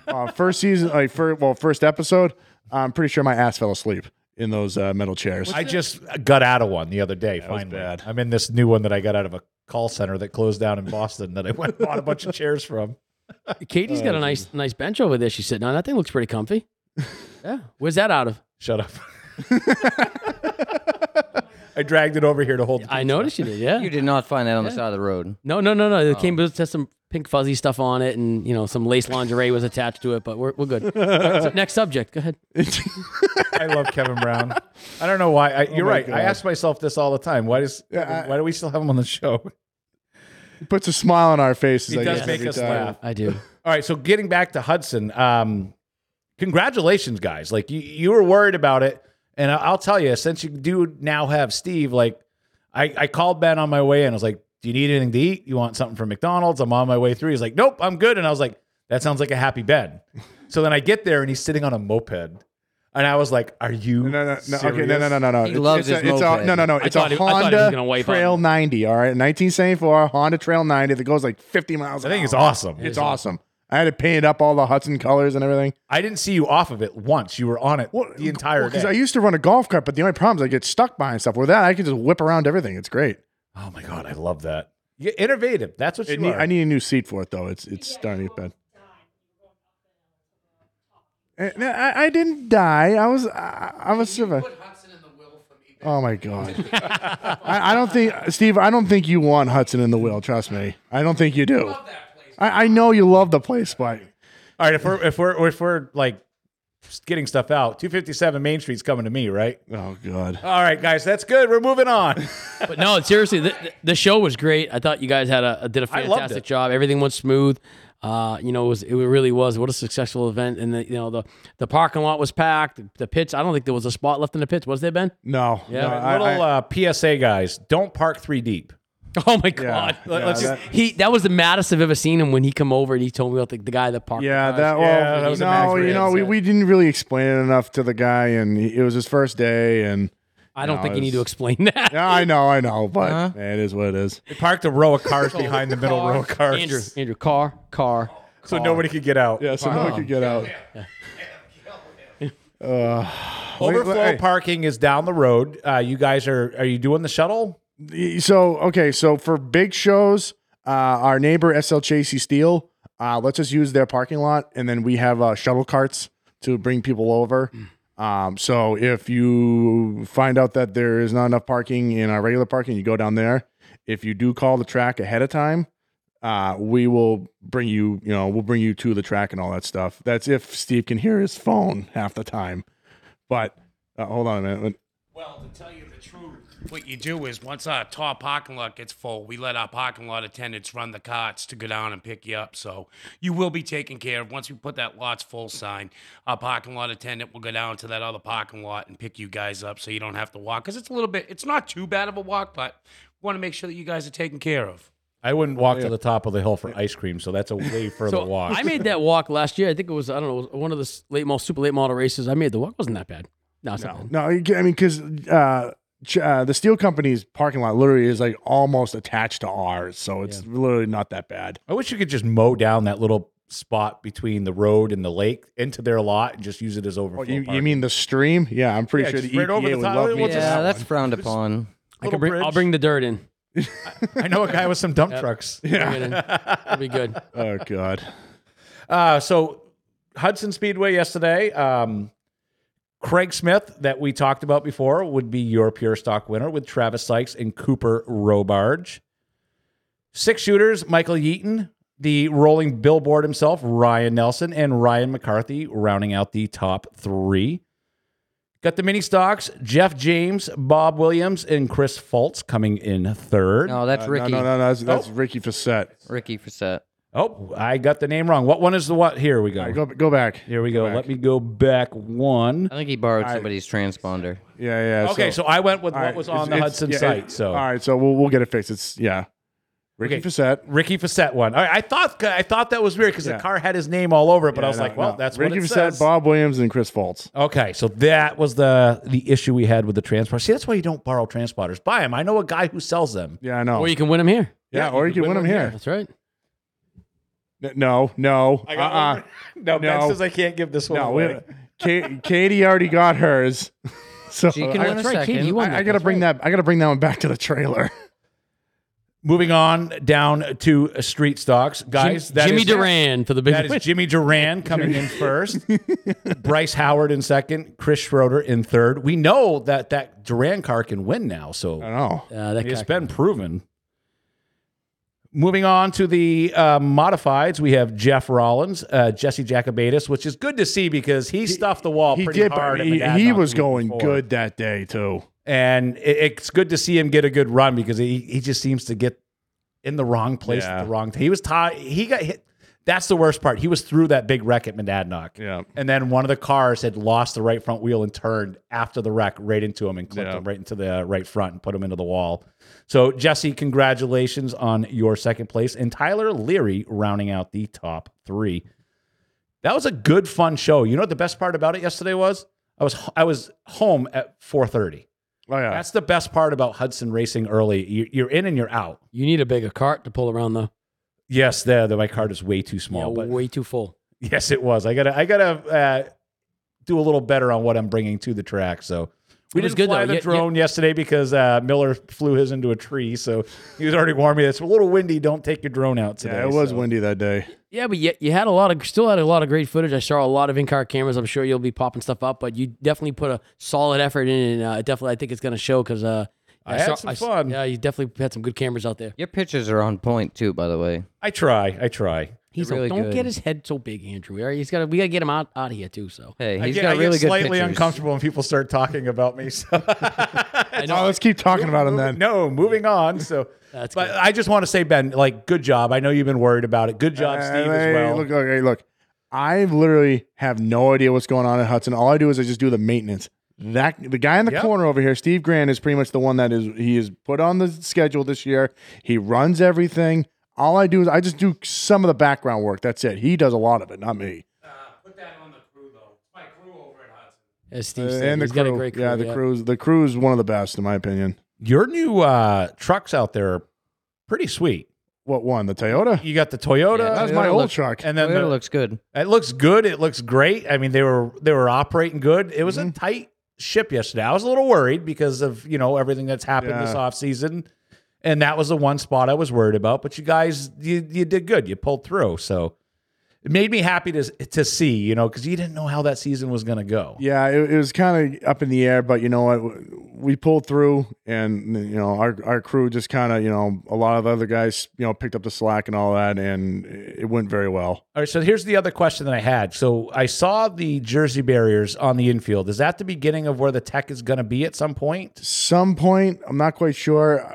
uh, first season, like first, well, first episode. I'm pretty sure my ass fell asleep in those uh, metal chairs.
I just got out of one the other day.
was
finally,
bad.
I'm in this new one that I got out of a call center that closed down in Boston that I went and bought a bunch of chairs from.
Katie's got a nice nice bench over there. She's sitting on. That thing looks pretty comfy. yeah. Where's that out of?
Shut up. I dragged it over here to hold. the
I
pizza.
noticed you did. Yeah.
You did not find that on the side of the road.
No, no, no, no. It came with just some pink fuzzy stuff on it, and you know some lace lingerie was attached to it. But we're we're good. All right, so next subject. Go ahead.
I love Kevin Brown. I don't know why. I, you're
my
right.
God.
I ask myself this all the time. Why does
Yeah, I-
why do we still have him on the show?
It puts a smile on our faces.
He
I
does
guess,
make
every
us
time.
laugh.
I do.
All right, so getting back to Hudson, um, congratulations, guys! Like you, you were worried about it, and I- I'll tell you, since you do now have Steve, like I, I called Ben on my way in. I was like, "Do you need anything to eat? You want something from McDonald's?" I'm on my way through. He's like, "Nope, I'm good." And I was like, "That sounds like a happy Ben." so then I get there, and he's sitting on a moped, and I was like, "Are you
No, no, no. Okay,
serious?
no, no, no, no, no.
He loves
it's
his
a, it's a,
moped.
No, no, no.
I
It's a
thought he- I thought he was
Honda
gonna wipe on
Trail
me.
90. All right, 1974 Honda Trail 90 that goes like 50 miles.
I
an
think it's
hour.
awesome.
It's awesome. I had to paint up all the Hudson colors and everything.
I didn't see you off of it once. You were on it the entire
Because
day.
I used to run a golf cart, but the only problem is I get stuck behind stuff. With that, I can just whip around everything. It's great.
oh my god, I love that. You're innovative. That's what you
It need,
are.
I need a new seat for it though. It's it's starting to get bad. Eh, no, I, I didn't die. I was I, I was surviving. Oh my god. I, I don't think Steve. I don't think you want Hudson in the wheel. Trust me. I don't think you do. I, I know you love the place, but
All right, if we're if we're if we're like getting stuff out, two fifty seven Main Street's coming to me, right?
oh god.
All right, guys, that's good. We're moving on.
But no, seriously, the, the- the show was great. I thought you guys had a did a
I loved
fantastic
it.
job. Everything went smooth. Uh, you know, it was it really was what a successful event. And the you know the the parking lot was packed. The, pits. I don't think there was a spot left in the pits. Was there, Ben?
No.
Yeah,
no, I-
Little
I-
uh, PSA, guys, don't park three deep.
Oh my god.
yeah,
let's
that-
He that was the maddest I've ever seen him when he come over and he told me about the, the guy that parked. the
Yeah,
cars.
that well,
Yeah, that was a
no,
Max
you know,
Reyes,
we,
yeah.
we didn't really explain it enough to the guy, and he, it was his first day, and
I don't
No,
think you need
it's-
to explain that.
yeah, I know, I know, but
Uh-huh.
man, it is what it is.
They parked a row of cars behind the middle row of cars,
Andrew, Andrew, car, car.
so nobody could get out.
Yeah, so no one could get out.
Overflow
Wait, wait.
parking is down the road. Uh, you guys are are you doing the shuttle?
So okay, so for big shows, uh, our neighbor SL Chasey Steel uh, lets us use their parking lot, and then we have uh, shuttle carts to bring people over. Um, so if you find out that there is not enough parking in our regular parking, you go down there. If you do call the track ahead of time, uh, we will bring you. You know, we'll bring you to the track and all that stuff. That's if Steve can hear his phone half the time. But uh, hold on a minute.
Well, to tell you the truth, what you do is once our top parking lot gets full, we let our parking lot attendants run the carts to go down and pick you up. So you will be taken care of. Once we put that lot's full sign, our parking lot attendant will go down to that other parking lot and pick you guys up so you don't have to walk. Because it's a little bit, it's not too bad of a walk, but we want to make sure that you guys are taken care of.
I wouldn't walk to the top of the hill for ice cream, so that's a way further walk.
I made that walk last year. I think it was I don't know it was one of the s- late model, super late model races. I made the walk. It wasn't that bad. No, it's not bad.
No, I mean, because uh, ch- uh, the steel company's parking lot literally is like almost attached to ours, so it's literally not that bad.
I wish you could just mow down that little spot between the road and the lake into their lot and just use it as overflow.
Oh, you, you
parking.
mean the stream? Yeah, I'm pretty
Yeah,
sure
just
the
right
EPA
over the
would
top.
love me.
What's
to-
this-
Yeah, that's frowned upon.
I
Little
can bring, I'll
bridge.
bring the dirt in.
I know a guy with some dump trucks.
Bring it in. It'll be good.
Oh God.
Uh, so Hudson Speedway yesterday. Um, Craig Smith, that we talked about before, would be your pure stock winner with Travis Sykes and Cooper Robarge. Six shooters, Michael Yeaton, the rolling billboard himself, Ryan Nelson, and Ryan McCarthy rounding out the top three. Got the mini stocks, Jeff James, Bob Williams, and Chris Fultz coming in third.
No, that's
Uh,
Ricky.
No, no, no, that's, that's Ricky Facette.
Ricky Facette.
Oh, I got the name wrong. What one is the what? Here we go.
All right, go go back.
Here we go.
back.
Let me go back one.
I think he borrowed
I-
somebody's transponder.
Yeah, yeah.
Okay, so, I went with
all
what
right,
was
it's-
on the
it's-
Hudson
yeah,
site.
it-
So
all right, so we'll we'll get it fixed. It's yeah, Ricky
Okay.
Facette.
Ricky Facette won. All right, I thought I thought that was weird because
Yeah.
the car had his name all over it, but I
Yeah,
was
no,
like, well,
no.
that's what
Ricky
it
Facette,
says.
Bob Williams, and Chris Fultz.
Okay, so that was the the issue we had with the transponder. See, that's why you don't borrow transponders. Buy them. I know a guy who sells them.
Yeah, I know.
Or you Oh. can win them here.
yeah, or you can win them here.
That's right.
N- No, no.
I
uh-uh.
got no, Ben
No.
says I can't give this one
No,
away.
we, Kate, Katie already got hers. So
She can
I,
win a
That's right, Katie,
second.
you won
I, I gotta bring that. I gotta bring that one back to the trailer.
Moving on down to uh, street stocks, guys. that
Jimmy
is-
Duran for the big
That is
win.
Jimmy Duran coming in first, Bryce Howard in second, Chris Schroeder in third. We know that that Duran car can win now, so
I don't know.
Uh, that
It's
cock-
been proven. Moving on to the uh, modifieds, we have Jeff Rollins, uh, Jesse Jacobatis, which is good to see because he, stuffed the wall
He
pretty
did,
hard.
but
at
he,
Monadnock
he
the
was
week
going
before.
good that day too.
and it, it's good to see him get a good run because he he just seems to get in the wrong place
Yeah.
at the wrong time. He was tied. He got hit. That's the worst part. He was through that big wreck at Monadnock.
Yeah.
And then one of the cars had lost the right front wheel and turned after the wreck right into him and clipped
Yeah.
him right into the right front and put him into the wall. So, Jesse, congratulations on your second place. And Tyler Leary rounding out the top three. That was a good, fun show. You know what the best part about it yesterday was? I was I was home at 4:30.
Oh yeah,
That's the best part about Hudson racing early. You- You're in and you're out.
You need a bigger cart to pull around though.
Yes, the, the my card is way too
Yeah,
small, but
way too full.
yes, it was. I gotta I gotta uh, do a little better on what I'm bringing to the track. So we
It
didn't
was good,
fly
though.
the
Yeah,
drone yesterday because uh, Miller flew his into a tree, so he was already warning me. It's a little windy. Don't take your drone out today.
yeah. It was
so.
windy that day.
Yeah, but you, you had a lot of still had a lot of great footage. I saw a lot of in-car cameras. I'm sure you'll be popping stuff up, but you definitely put a solid effort in, and uh, definitely I think it's gonna show because uh,
I had some
s-
fun.
Yeah, you definitely had some good cameras out there.
Your pictures are on point too, by the way.
I try. I try.
He's
really
like, don't
good.
get his head so big, Andrew. All right, he's got to we gotta get him out out of here too. So
Hey,
I
he's
get,
got
I
really
get
good
slightly
pictures.
uncomfortable when people start talking about me. So
Oh, let's keep talking about him then.
no, moving on. So,
That's
but
good.
I just want to say, Ben, like, good job. I know you've been worried about it. Good job,
Uh,
Steve,
hey,
as well.
Look, look, hey, look. I literally have no idea what's going on at Hudson. All I do is I just do the maintenance. That the guy in the
Yep.
corner over here, Steve Grant, is pretty much the one that is he is put on the schedule this year. He runs everything. All I do is I just do some of the background work. That's it. He does a lot of it, not me.
Put that on the crew though. My crew over at Hudson.
as Steve
Uh,
said,
and the
he's
crew,
got a great crew.
yeah, the crew's the crew's one of the best in my opinion.
Your new uh, trucks out there are pretty sweet.
What one? The Toyota.
You got the Toyota,
Yeah,
That's my
Toyota
old
looks-
truck.
and then the-
Toyota looks good.
it looks good. It looks great. I mean, they were they were operating good. It
Mm-hmm.
was a tight ship yesterday. I was a little worried because of you know everything that's happened this
Yeah.
off season, and that was the one spot I was worried about. But you guys, you you did good. You pulled through. So it made me happy to to see you know because you didn't know how that season was going to go.
Yeah, it, it was kind of up in the air, but you know what? We pulled through, and you know our our crew just kind of you know a lot of the other guys you know picked up the slack and all that, and it went very well.
All right. So here's the other question that I had. So I saw the jersey barriers on the infield. Is that the beginning of where the tech is going to be at some point?
Some point, I'm not quite sure.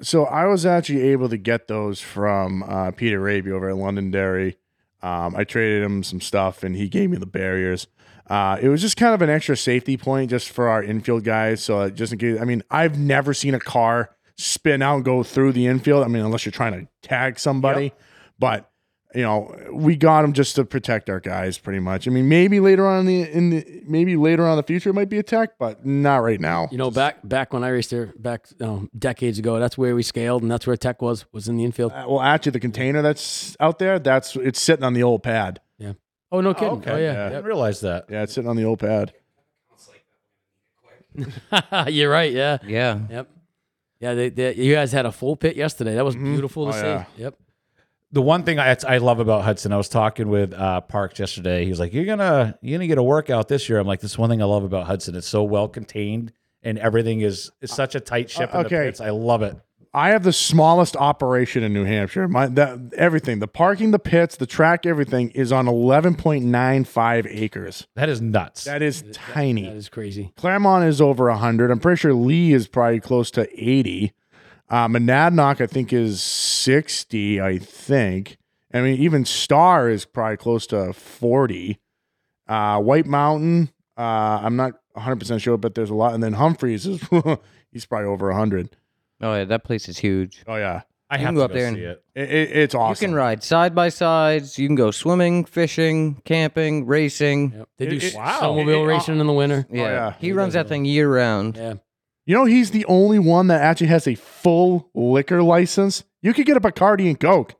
So I was actually able to get those from uh, Peter Raby over at Londonderry. Um, I traded him some stuff, and he gave me the barriers. Uh, it was just kind of an extra safety point just for our infield guys. So that just in case, I mean, I've never seen a car spin out and go through the infield. I mean, unless you're trying to tag somebody, but you know, we got them just to protect our guys, pretty much. I mean, maybe later on in the in the maybe later on in the future it might be attacked, but not right now.
You know, back back when I raced there, back um, decades ago, that's where we scaled, and that's where Tech was was in the infield.
Uh, well, actually, the container that's out there, that's it's sitting on the old pad.
Oh no, kidding! Oh,
I
yeah,
didn't realize that.
Yeah, it's sitting on the old pad.
Yep. you're right. Yeah,
Yeah.
yep, yeah. They, they, you guys had a full pit yesterday. That was beautiful to
Oh,
see.
yeah.
Yep.
the one thing I, I love about Hudson, I was talking with uh, Parks yesterday. He was like, "You're gonna you're gonna get a workout this year." I'm like, "This is one thing I love about Hudson. It's so well contained, and everything is is such a tight ship.
Uh,
in the
okay.
pits. I love it.
I have the smallest operation in New Hampshire. My that everything, the parking, the pits, the track, everything is on eleven point nine five acres.
That is nuts.
That is tiny.
That is crazy.
Claremont is over hundred. I'm pretty sure Lee is probably close to eighty. Um, and Nadnock, I think, is sixty. I think. I mean, even Star is probably close to forty. Uh, White Mountain, uh, I'm not 100 percent sure, but there's a lot. And then Humphreys is he's probably over hundred.
Oh yeah, that place is huge.
Oh yeah,
I have
You can
to
go
go
up there and-
see it.
it, it, it's awesome.
You can ride side by sides. You can go swimming, fishing, camping, racing.
Yep. They
It-
do
it-
s-
wow.
snowmobile
It- it-
racing in the winter.
Yeah.
yeah.
He runs that thing year round.
Yeah.
You know, he's the only one that actually has a full liquor license. You could get a Bacardi and Coke.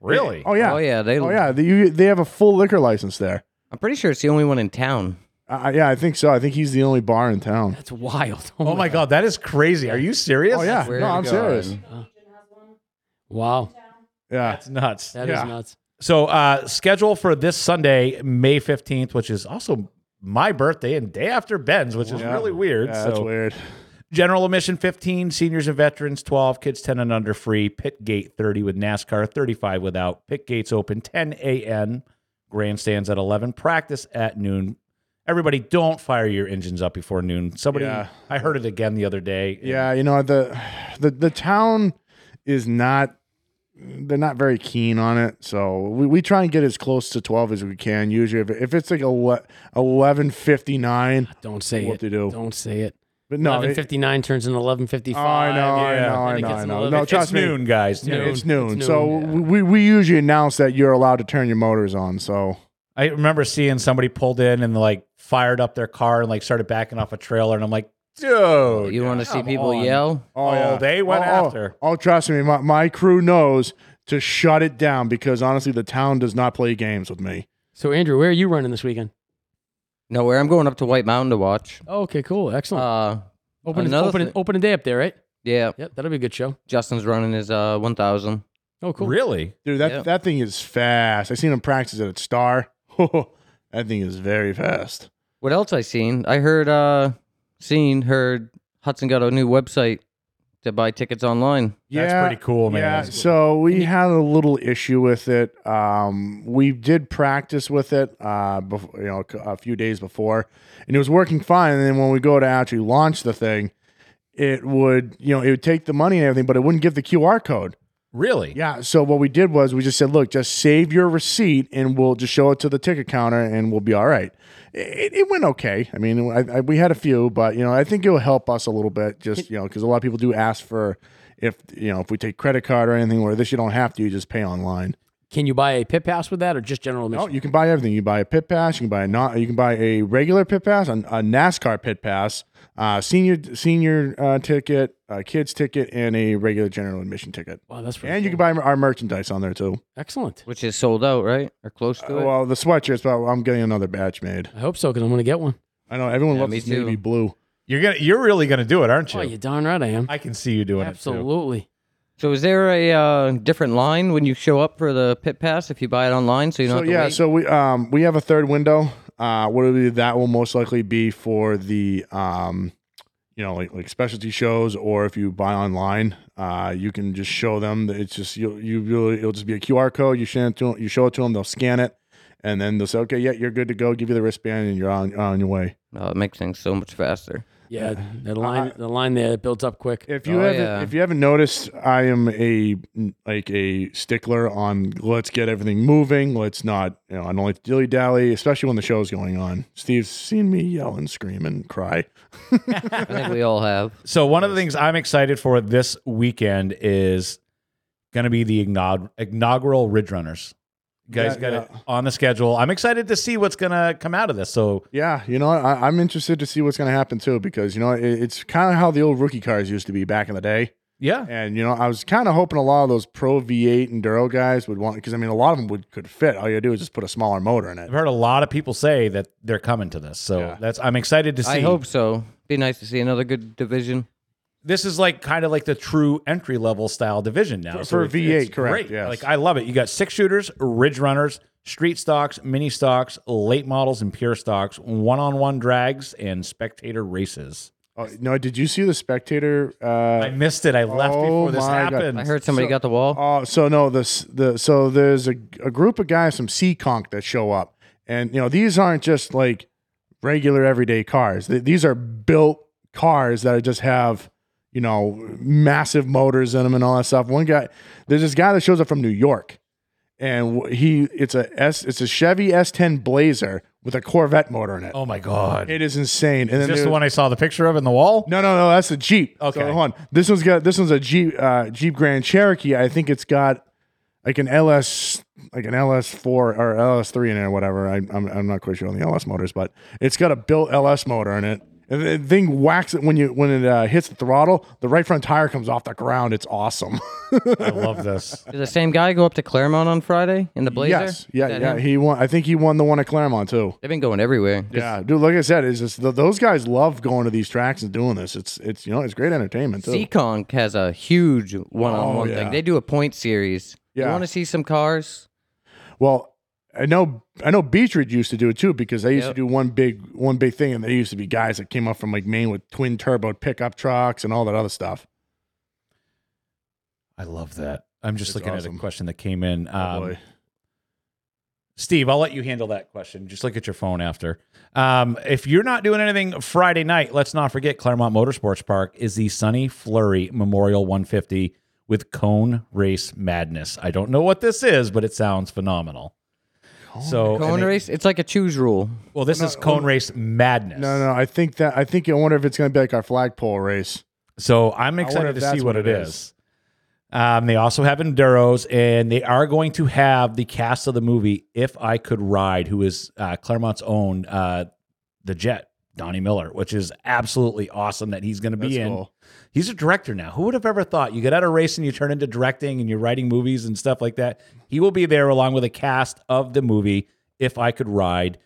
Really?
Oh yeah.
Oh yeah, they.
Oh yeah. The, you, they have a full liquor license there.
I'm pretty sure it's the only one in town.
Uh, yeah, I think so. I think he's the only bar in town.
That's wild.
Oh my god, that is crazy. Are you serious?
Oh yeah,
Swear
no,
to
I'm
God.
serious.
Wow.
Yeah,
That's nuts.
that is
Yeah.
nuts.
So uh schedule for this Sunday, May 15th, which is also my birthday and day after Ben's, which is
Yeah.
really weird.
yeah
so
that's weird.
General admission 15, seniors and veterans 12, kids 10 and under free, pit gate 30 with NASCAR, 35 without. Pit gates open 10 a.m., grandstands at 11, practice at noon. Everybody, don't fire your engines up before noon. Somebody,
Yeah.
I heard it again the other day.
Yeah, you know the the the town is not they're not very keen on it. So we, we try and get as close to twelve as we can. Usually, if, if it's like eleven fifty nine,
Don't say
what
it.
to do?
Don't say it.
But no,
eleven
it,
fifty nine turns into eleven fifty
oh, I
five.
know,
yeah.
Then
I
it
know,
gets
I
an
know, I know.
11.
No,
It's
It's
Oh, trust me.
noon, guys.
Noon.
It's noon.
It's
so
noon, yeah.
we, we usually announce that you're allowed to turn your motors on. So
I remember seeing somebody pulled in and like fired up their car and like started backing off a trailer. And I'm like, dude,
You want to see
Oh, come
people
on.
yell?
Oh, they went after.
Oh, trust me, my, my crew knows to shut it down because honestly, the town does not play games with me.
So Andrew, where are you running this weekend?
Nowhere. I'm going up to White Mountain to watch.
Oh, okay, cool, excellent.
Uh,
open,
another
open,
thi-
open a day up there, right?
yeah.
Yep, that'll be a good show.
Justin's running his uh 1,000.
Oh, cool.
Really?
Dude, that
Yep.
that thing is fast. I seen him practice at Star. that thing is very fast.
What else I seen? I heard, uh, seen, heard Hudson got a new website to buy tickets online.
That's pretty cool, man.
Yeah, so we had a little issue with it. Um, we did practice with it, uh, before, you know, a few days before, and it was working fine. And then when we go to actually launch the thing, it would, you know, it would take the money and everything, but it wouldn't give the QR code.
Really?
Yeah. So what we did was we just said, look, just save your receipt and we'll just show it to the ticket counter and we'll be all right. It, it went okay. I mean, I, I, we had a few, but you know, I think it'll help us a little bit. Just you know, because a lot of people do ask for if you know if we take credit card or anything where this you don't have to, you just pay online.
Can you buy a pit pass with that, or just
Oh,
general admission?
No, you can buy everything. You can buy a pit pass. You can buy a not. You can buy a regular pit pass, a, a NASCAR pit pass, uh, senior senior uh, ticket, a kids ticket, and a regular general admission ticket.
Wow, that's pretty
And you
cool.
can buy our merchandise on there too.
excellent.
which is sold out, right? Or close to it.
Uh, Well, the sweatshirts, but I'm getting another batch made.
I hope so, because I'm going to get one.
I know everyone
Yeah,
loves
me
this
too.
navy blue.
You're gonna you're really gonna do it, aren't you?
Oh, you're darn right I am.
I can see you doing it.
Absolutely.
so is there a uh, different line when you show up for the pit pass if you buy it online so you don't
So
have to
yeah,
wait?
so we um we have a third window. Uh, what will be that will most likely be for the um, you know, like, like specialty shows, or if you buy online, uh, you can just show them. that It's just you you really it'll just be a QR code. You send it to 'em- you show it to them, they'll scan it, and then they'll say, okay, yeah, you're good to go. Give you the wristband, and you're on on your way.
oh, it makes things so much faster.
Yeah, the line, the line there it builds up quick.
If you
Oh,
haven't,
yeah.
if you haven't noticed, I am a like a stickler on let's get everything moving. Let's not, you know, I don't like dilly dally, especially when the show's going on. Steve's seen me yell and scream and cry.
I think we all have.
So one of the things I'm excited for this weekend is gonna be the inaug- inaugural Ridge Runners. You guys
Yeah,
got
yeah.
it on the schedule. I'm excited to see what's gonna come out of this. So
Yeah, you know, I, I'm interested to see what's going to happen too, because you know, it, it's kind of how the old rookie cars used to be back in the day.
yeah.
And you know, I was kind of hoping a lot of those pro V8 enduro guys would want, because I mean, a lot of them would could fit. All you gotta do is just put a smaller motor in it.
I've heard a lot of people say that they're coming to this. So
Yeah.
that's I'm excited to see.
I hope so. Be nice to see another good division.
this is like kind of like the true entry level style division now
For-
So
for
it's-
V8,
it's
correct,
Great.
yes.
Like I love it. You got six shooters, ridge runners, street stocks, mini stocks, late models, and pure stocks, one on one drags, and spectator races.
Oh, no, did you see the spectator? Uh,
I missed it. I left
oh
before this
my God.
happened.
I heard somebody
So-
got the wall.
Oh, so no, this the so there's a, a group of guys from Seaconk that show up, and you know these aren't just like regular everyday cars. Th- These are built cars that just have you know massive motors in them and all that stuff. One guy, there's this guy that shows up from New York, and wh- he it's a S it's a Chevy S10 Blazer with a Corvette motor in it.
Oh my god!
It is insane. And
is
then
this
there-
the one I saw the picture of in the wall?
no, no, no. That's a Jeep.
Okay.
So, hold on. This one's got this one's a Jeep uh, Jeep Grand Cherokee. I think it's got like an LS like an LS4 or LS3 in it or whatever. I, I'm I'm not quite sure on the LS motors, but it's got a built LS motor in it. And the thing whacks it when you when it uh, hits the throttle. The right front tire comes off the ground. It's awesome.
I love this.
Did the same guy go up to Claremont on Friday in the Blazer?
uh, yes. Yeah.
That
Yeah.
him?
He won. I think he won the one at Claremont too.
They've been going everywhere.
Yeah, dude. Like I said, is just th- those guys love going to these tracks and doing this. It's it's you know it's great entertainment too.
Seaconk has a huge one-on-one
Oh, yeah.
thing. They do a point series. You
Yeah.
want to see some cars?
Well, I know I know Beechridge used to do it too because they used
Yep.
to do one big one big thing, and there used to be guys that came up from like Maine with twin turbo pickup trucks and all that other stuff.
I love that. I'm just
It's
looking at
awesome.
a question that came in.
Oh,
Um,
boy.
Steve, I'll let you handle that question. Just look at your phone after. Um, if you're not doing anything Friday night, let's not forget Claremont Motorsports Park is the Sunny Flurry Memorial 150 with Cone Race Madness. I don't know what this is, but it sounds phenomenal. so, and
Cone
they-
race? It's like a choose rule.
well, this is Cone Race Madness.
No, no, I think that I think I wonder if it's going to be like our flagpole race.
So I'm excited
if
to see
that's
what, it
what it
is. Um, they also have enduros, and they are going to have the cast of the movie "If I Could Ride," who is uh, Claremont's own uh, the Jet Donnie Miller, which is absolutely awesome that he's going to
That's
be in.
cool.
He's a director now. Who would have ever thought you get out of racing, you turn into directing, and you're writing movies and stuff like that? He will be there along with a cast of the movie If I Could Ride.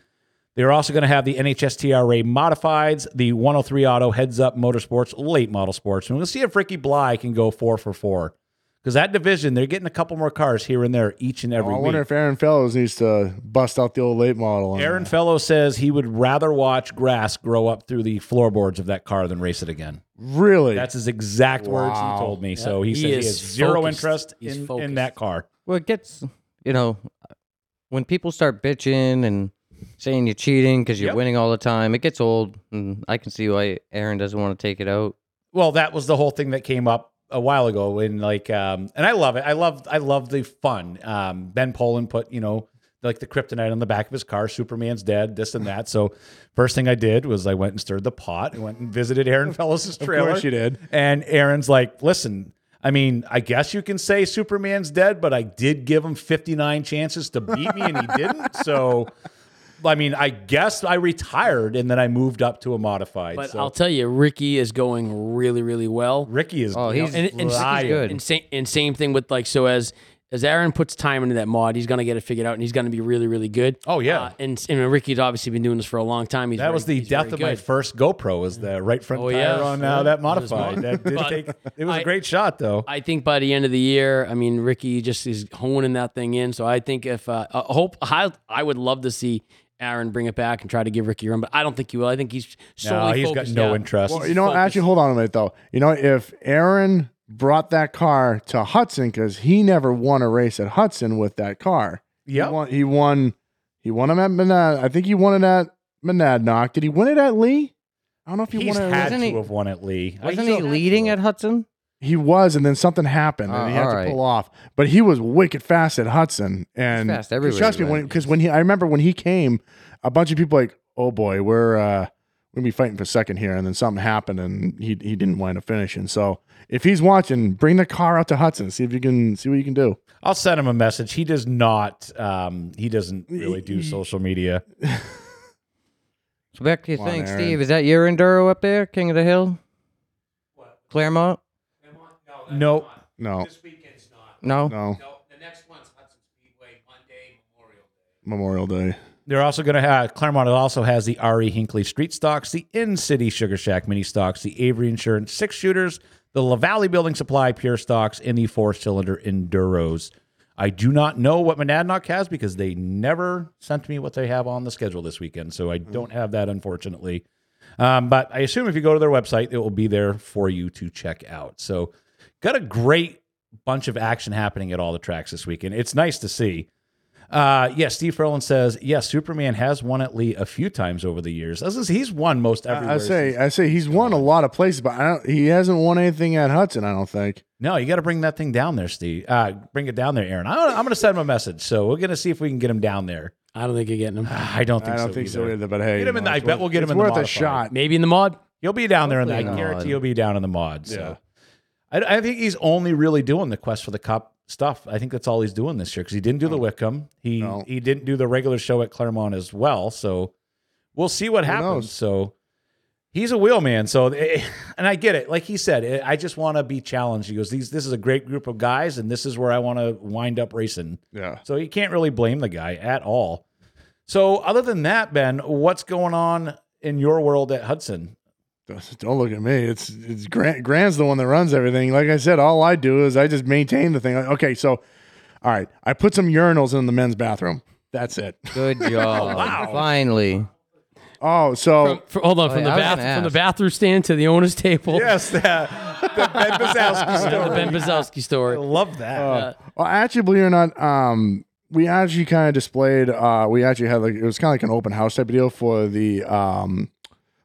They're also going to have the NHSTRA Modifieds, the 103 Auto Heads Up Motorsports Late Model Sports. And we'll see if Ricky Bly can go four for four Because that division, they're getting a couple more cars here and there each and every
Oh, I
week.
wonder if Aaron Fellows needs to bust out the old late model. On
Aaron
that.
Fellow says he would rather watch grass grow up through the floorboards of that car than race it again.
really?
That's his exact words he
Wow.
told me. So he,
He
said he
is
has zero
focused.
interest
He's
in, in
focused.
that car.
Well, it gets, you know, when people start bitching and saying you're cheating because you're
Yep.
winning all the time, it gets old. And I can see why Aaron doesn't want to take it out.
Well, that was the whole thing that came up a while ago, and like, um, and I love it. I love, I love the fun. Um, ben Poland put, you know, like the kryptonite on the back of his car. Superman's dead, this and that. So, first thing I did was I went and stirred the pot and went and visited Aaron Fellows' trailer.
course you did.
And Aaron's like, listen. I mean, I guess you can say Superman's dead, but I did give him 59 chances to beat me and he didn't. So, I mean, I guess I retired and then I moved up to a modified.
But
so
I'll tell you, Ricky is going really, really well.
Ricky is
Oh, he's
and, and,
lying.
good.
and same and same thing with like so as as Aaron puts time into that mod, he's gonna get it figured out and he's gonna be really, really good.
Oh, yeah.
Uh, and and Ricky's obviously been doing this for a long time. He's
That
very-
was the
he's
death
very
of my
good.
first GoPro. Was the right front
Oh,
tire
yeah.
on
Yeah.
uh, that
That was
modified?
mine.
That did
But
take. It was a
I-
great shot though.
I think by the end of the year, I mean Ricky just is honing that thing in. So I think if uh, I hope I, I would love to see Aaron bring it back and try to give Ricky a run, but I don't think he will. I think he's solely
no, he's got
focused
no
now.
interest.
Well, you know, actually, hold on a minute though. You know, if Aaron brought that car to Hudson because he never won a race at Hudson with that car.
Yep.
he won. He won. He won him at Monad. I think he won it at Monadnock. Did he win it at Lee? I don't know if he
he's
won it.
had
At
to
Wasn't he-
have won at Lee. I-
Wasn't he leading at Hudson?
he was, and then something happened, and
Oh,
he had to
alright.
pull off. But he was wicked fast at Hudson, and
fast everywhere
Trust
he
me,
went.
because when, he, I remember when he came, a bunch of people like, oh boy, we're uh, we're gonna be fighting for second here, and then something happened, and he he didn't wind up finishing. So if he's watching, bring the car out to Hudson, see if you can see what you can do.
I'll send him a message. He does not. Um, he doesn't really
Mm-hmm.
do social media.
So back to your
Come on,
thing,
Aaron.
Steve. Is that your enduro up there, King of the Hill? Claremont?
Nope.
No,
This weekend's not.
No.
no,
No, the next one's Hudson Speedway, Monday, Memorial Day.
Memorial Day.
They're also going to have Claremont. It also has the R.E. Hinkley Street Stocks, the In City Sugar Shack Mini Stocks, the Avery Insurance Six Shooters, the LaValle Building Supply Pure Stocks, and the four cylinder Enduros. I do not know what Monadnock has because they never sent me what they have on the schedule this weekend. So I don't have that, unfortunately. Um, but I assume if you go to their website, it will be there for you to check out. So, got a great bunch of action happening at all the tracks this weekend. It's nice to see. Uh, yes, Steve Ferlin says, yes, Superman has won at Lee a few times over the years. This is- He's won most everywhere.
I say,
since-
I say, he's won a lot of places, but I don't, he hasn't won anything at Hudson. I don't think.
no, you got to bring that thing down there, Steve. Uh, bring it down there, Aaron. I, I'm going to send him a message. So, we're going to see if we can get him down there.
I don't think you're getting him.
I don't think
I
so.
don't think so
either.
either. But hey,
Get him in
you
the- I
it's
bet we'll get him
it's
in the
worth a
modified.
shot.
Maybe in the mod.
He'll be down there in that. I
Hopefully not.
guarantee he'll be down in the mod. So.
Yeah.
I, I think he's only really doing the quest for the cup stuff. I think that's all he's doing this year because he didn't do the Wickham. He
No.
he didn't do the regular show at Claremont as well. So we'll see what happens.
knows?
So he's a wheel man. So eh, and I get it. Like he said, eh, I just want to be challenged. He goes, these this is a great group of guys, and this is where I want to wind up racing.
Yeah.
So you can't really blame the guy at all. So other than that, Ben, what's going on in your world at Hudson?
Don't look at me. It's it's Grant. Grant's the one that runs everything. Like I said, all I do is I just maintain the thing. Okay, so all right, I put some urinals in the men's bathroom. That's it.
Good job. Finally.
Oh, so
From, hold on,
Oh,
from
yeah, I
the
was gonna
bath, from the
ask.
bathroom stand to the owner's table.
Yes, the, the Ben Bazowski
The
story. Oh,
Ben Bazowski
I
story.
love that.
well, actually, believe it or not, um, we actually kind of displayed. Uh, we actually had like it was kind of like an open house type of deal for the um,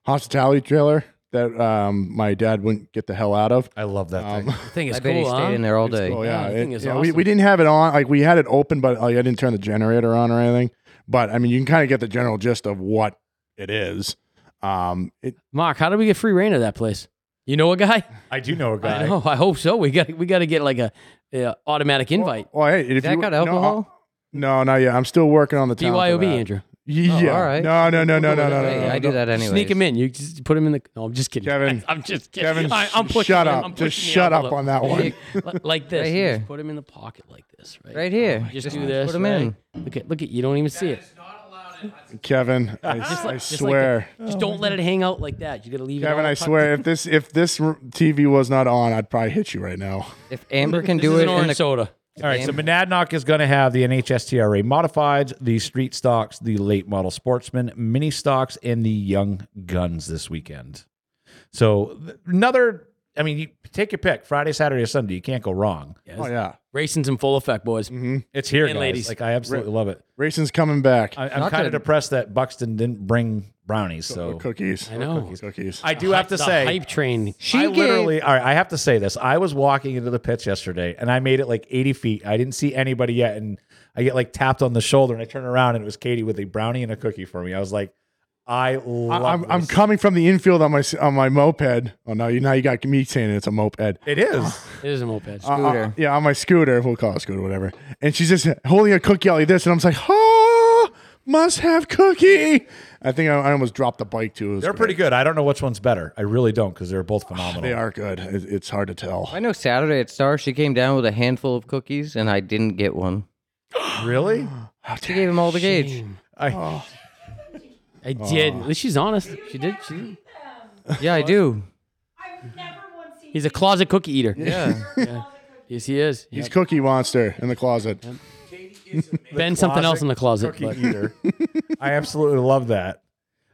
hospitality trailer that um, my dad wouldn't get the hell out of.
I love that
Um,
thing.
I think it's
I bet
cool,
he
huh?
stayed in there all day.
Oh
Yeah,
yeah,
the
it-
thing is
yeah, we,
awesome.
we didn't have it on. Like we had it open, but like I didn't turn the generator on or anything. But I mean, you can kind of get the general gist of what it is. Um, it,
Mark, how did we get free reign of that place? You know a guy?
I do know a guy.
I know. I hope so. We got we got to get like a, a automatic invite.
well, hey, if
That
you,
got
no,
alcohol?
No, not yet. I'm still working on the town for
BYOB,
that.
Andrew.
Yeah.
Oh, all right.
No, no, no, no, no,
We'll
no,
do
no,
it.
Hey,
no,
I
no.
do that anyway.
Sneak him in. You just put him in the. No, I'm just kidding.
Kevin.
I'm just kidding.
Kevin,
I, am pushing
shut
him.
up.
I'm
Just
pushing him.
shut up
Hold
on that one.
Like- like this.
Right
You
here.
just put him in the pocket like this. Right.
Right here.
Just,
Just
do this.
put him
right?
in.
Look at look at. You don't even see it.
It's not allowed
Kevin, I, I
just like
swear. Oh,
that. just don't let it hang out like that. You gotta leave it.
Kevin,
all
I
tucked
swear,
in.
if this if this r- TV was not on, I'd probably hit you right now.
If Amber can
This
do
is
it
an
in
orange
the
soda.
All right, so
Damn.
Monadnock is going to have the NHSTRA modifieds, the street stocks, the late model sportsman, mini stocks, and the young guns this weekend. So th- another, I mean, you take your pick: Friday, Saturday, or Sunday. You can't go wrong.
Oh yeah,
Racing's in full effect, boys.
Mm-hmm.
It's here,
And
guys.
ladies.
Like I absolutely love it.
racing's coming back.
I, I'm
Not
kind
to-
of depressed that Buxton didn't bring brownies.
Or
So
cookies.
I
Or
know.
cookies. cookies.
I do have to
The
say,
hype train.
she
I
gave-
literally, all right, I have to say this. I was walking into the pits yesterday and I made it like 80 feet. I didn't see anybody yet. And I get like tapped on the shoulder and I turn around and it was Katie with a brownie and a cookie for me. I was like, I love
I, am I'm
this.
coming from the infield on my s- on my moped. Oh no, you now you got me saying it's a moped.
It is.
It is a moped.
Uh, uh,
Scooter.
yeah, on my scooter. We'll call it scooter, whatever. And she's just holding a cookie out like this, and I'm just like, oh, must have cookie. I think I, I almost dropped the bike too. It was
They're
great. Oh,
pretty good. I don't know which one's better. I really don't because they're both phenomenal.
They are good. It, it's hard to tell.
I know Saturday at Star, she came down with a handful of cookies, and I didn't get one.
Really?
She gave him all the gauge.
Shame.
I,
Oh. I did.
Oh.
At least she's honest. She did. She did.
Yeah, I do.
I've never once seen
He's a closet cookie eater.
Yeah.
Yes, he is.
He's cookie monster in the closet.
Ben, something else
closet
in the closet.
cookie
but-
eater. I absolutely love that.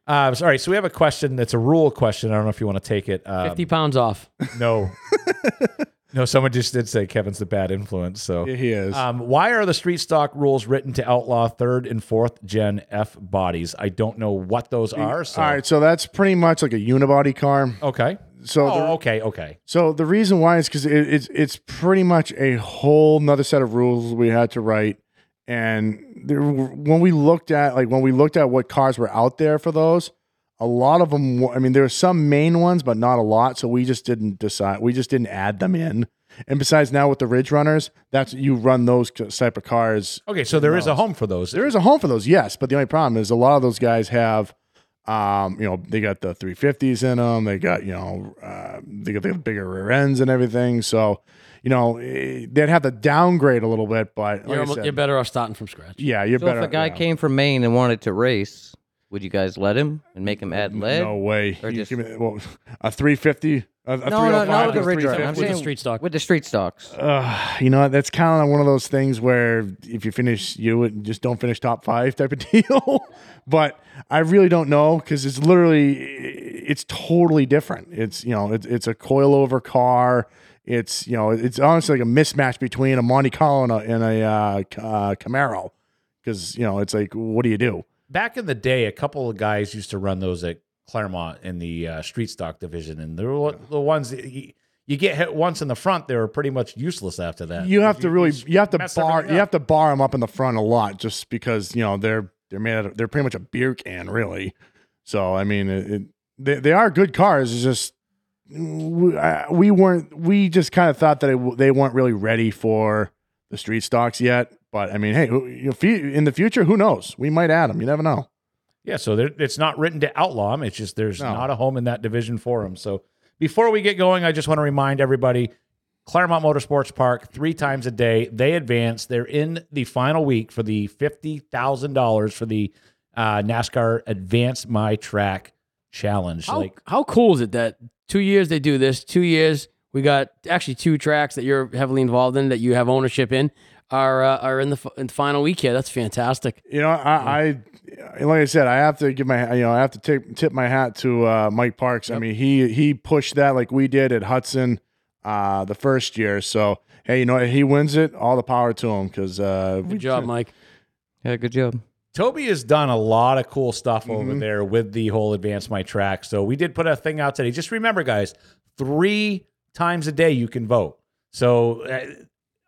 Uh, sorry. So we have a question that's a rule question. I don't know if you want to take it. Um,
50 pounds off.
No. no, someone just did say Kevin's the bad influence. So
Yeah, he
Uh,
is.
Um, why are the street stock rules written to outlaw third and fourth gen F bodies? I don't know what those are. So.
All right, so that's pretty much like a unibody car.
Okay.
So the-
Oh, okay. Okay.
So the reason why is because it, it's it's pretty much a whole nother set of rules we had to write, and there, when we looked at like when we looked at what cars were out there for those, a lot of them. wa- I mean, there were some main ones, but not a lot. So we just didn't decide. We just didn't add them in. And besides, now with the Ridge Runners, that's you run those type of cars
Okay. So there is a home for those.
there is a home for those, yes. But the only problem is a lot of those guys have, um, you know, they got the 350s in them. They got, you know, uh, they got the bigger rear ends and everything. So, you know, eh, they'd have to downgrade a little bit. But like
You're,
I
almo-
said,
you're better off starting from scratch.
yeah, you're
So
better.
if a guy
yeah.
came from Maine and wanted to race, would you guys let him and make him add lead?
no way,
or
You
just-
give me- well, a 350, a, oh a
no, no,
305
not with
to
the ridge runner. I'm
With
350.
the
saying
street stock.
With the street stocks.
Ugh, you know, that's kind of one of those things where if you finish, you would- just don't finish top five type of deal. but I really don't know because it's literally, it's totally different. It's, you know, it's, it's a coilover car. It's, you know, it's honestly like a mismatch between a Monte Carlo and a, and a uh, C- uh, Camaro because, you know, it's like, what do you do?
Back in the day, a couple of guys used to run those at Claremont in the uh, street stock division, and they were the ones that you, you get hit once in the front. They were pretty much useless after that.
You have to really, you have to
mess
bar,
everything
you
up.
have to bar them up in the front a lot just because, you know, they're, they're made out of, they're pretty much a beer can really. So, I mean, it, it, they, they are good cars. It's just, we, I- we weren't, we just kind of thought that it, w- they weren't really ready for the street stocks yet. But I mean, hey, who- you know, fe- in the future, who knows? We might add them. You never know.
Yeah, so there, it's not written to outlaw 'em, It's just there's
No.
not a home in that division for them. So before we get going, I just want to remind everybody Claremont Motorsports Park, three times a day, they advance. They're in the final week for the $50,000 for the uh, NASCAR Advance My Track Challenge.
How,
like,
how cool is it that two years they do this? Two years we got actually two tracks that you're heavily involved in that you have ownership in are uh, are in the, f- in the final week here. That's fantastic.
You know, I, I like I said, I have to give my you know I have to tip, tip my hat to uh, Mike Parks. I mean, he he pushed that like we did at Hudson uh, the first year. So hey, you know if he wins it, all the power to him because uh, we
Good job, Mike.
Yeah, good job.
Toby has done a lot of cool stuff
Mm-hmm.
over there with the whole Advance My Track. So we did put a thing out today. Just remember, guys, three times a day you can vote. So uh,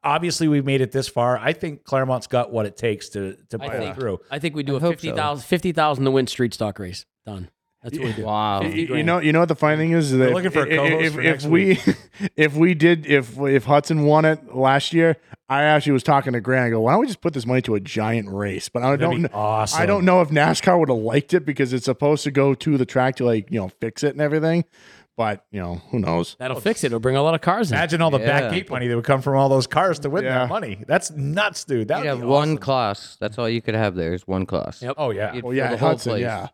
obviously we've made it this far. I think Claremont's got what it takes to to
I
pull
think-
through.
I think we do
I
a
hope so.
50,000 50,000 to win street stock race. Done. That's what we do.
Wow.
You- You know, you know what the funny thing is, is that
looking for a
if-
co-host
if,
for
if
next
we if we did if if Hudson won it last year, I actually was talking to Grant. I go, why don't we just put this money to a giant race? But I
That'd
don't
be
know.
awesome.
I don't know if NASCAR would have liked it because it's supposed to go to the track to like you know fix it and everything. But you know, who knows?
That'll fix it. It'll bring a lot of cars in.
Imagine all the
Yeah.
back gate money that would come from all those cars to win
Yeah.
that money. That's nuts, dude. That
You'd
would
have
be
one
awesome.
class. That's all you could have there is one class.
Yep.
Oh yeah,
You'd
Well,
fill
yeah,
the whole
Hudson,
place.
yeah,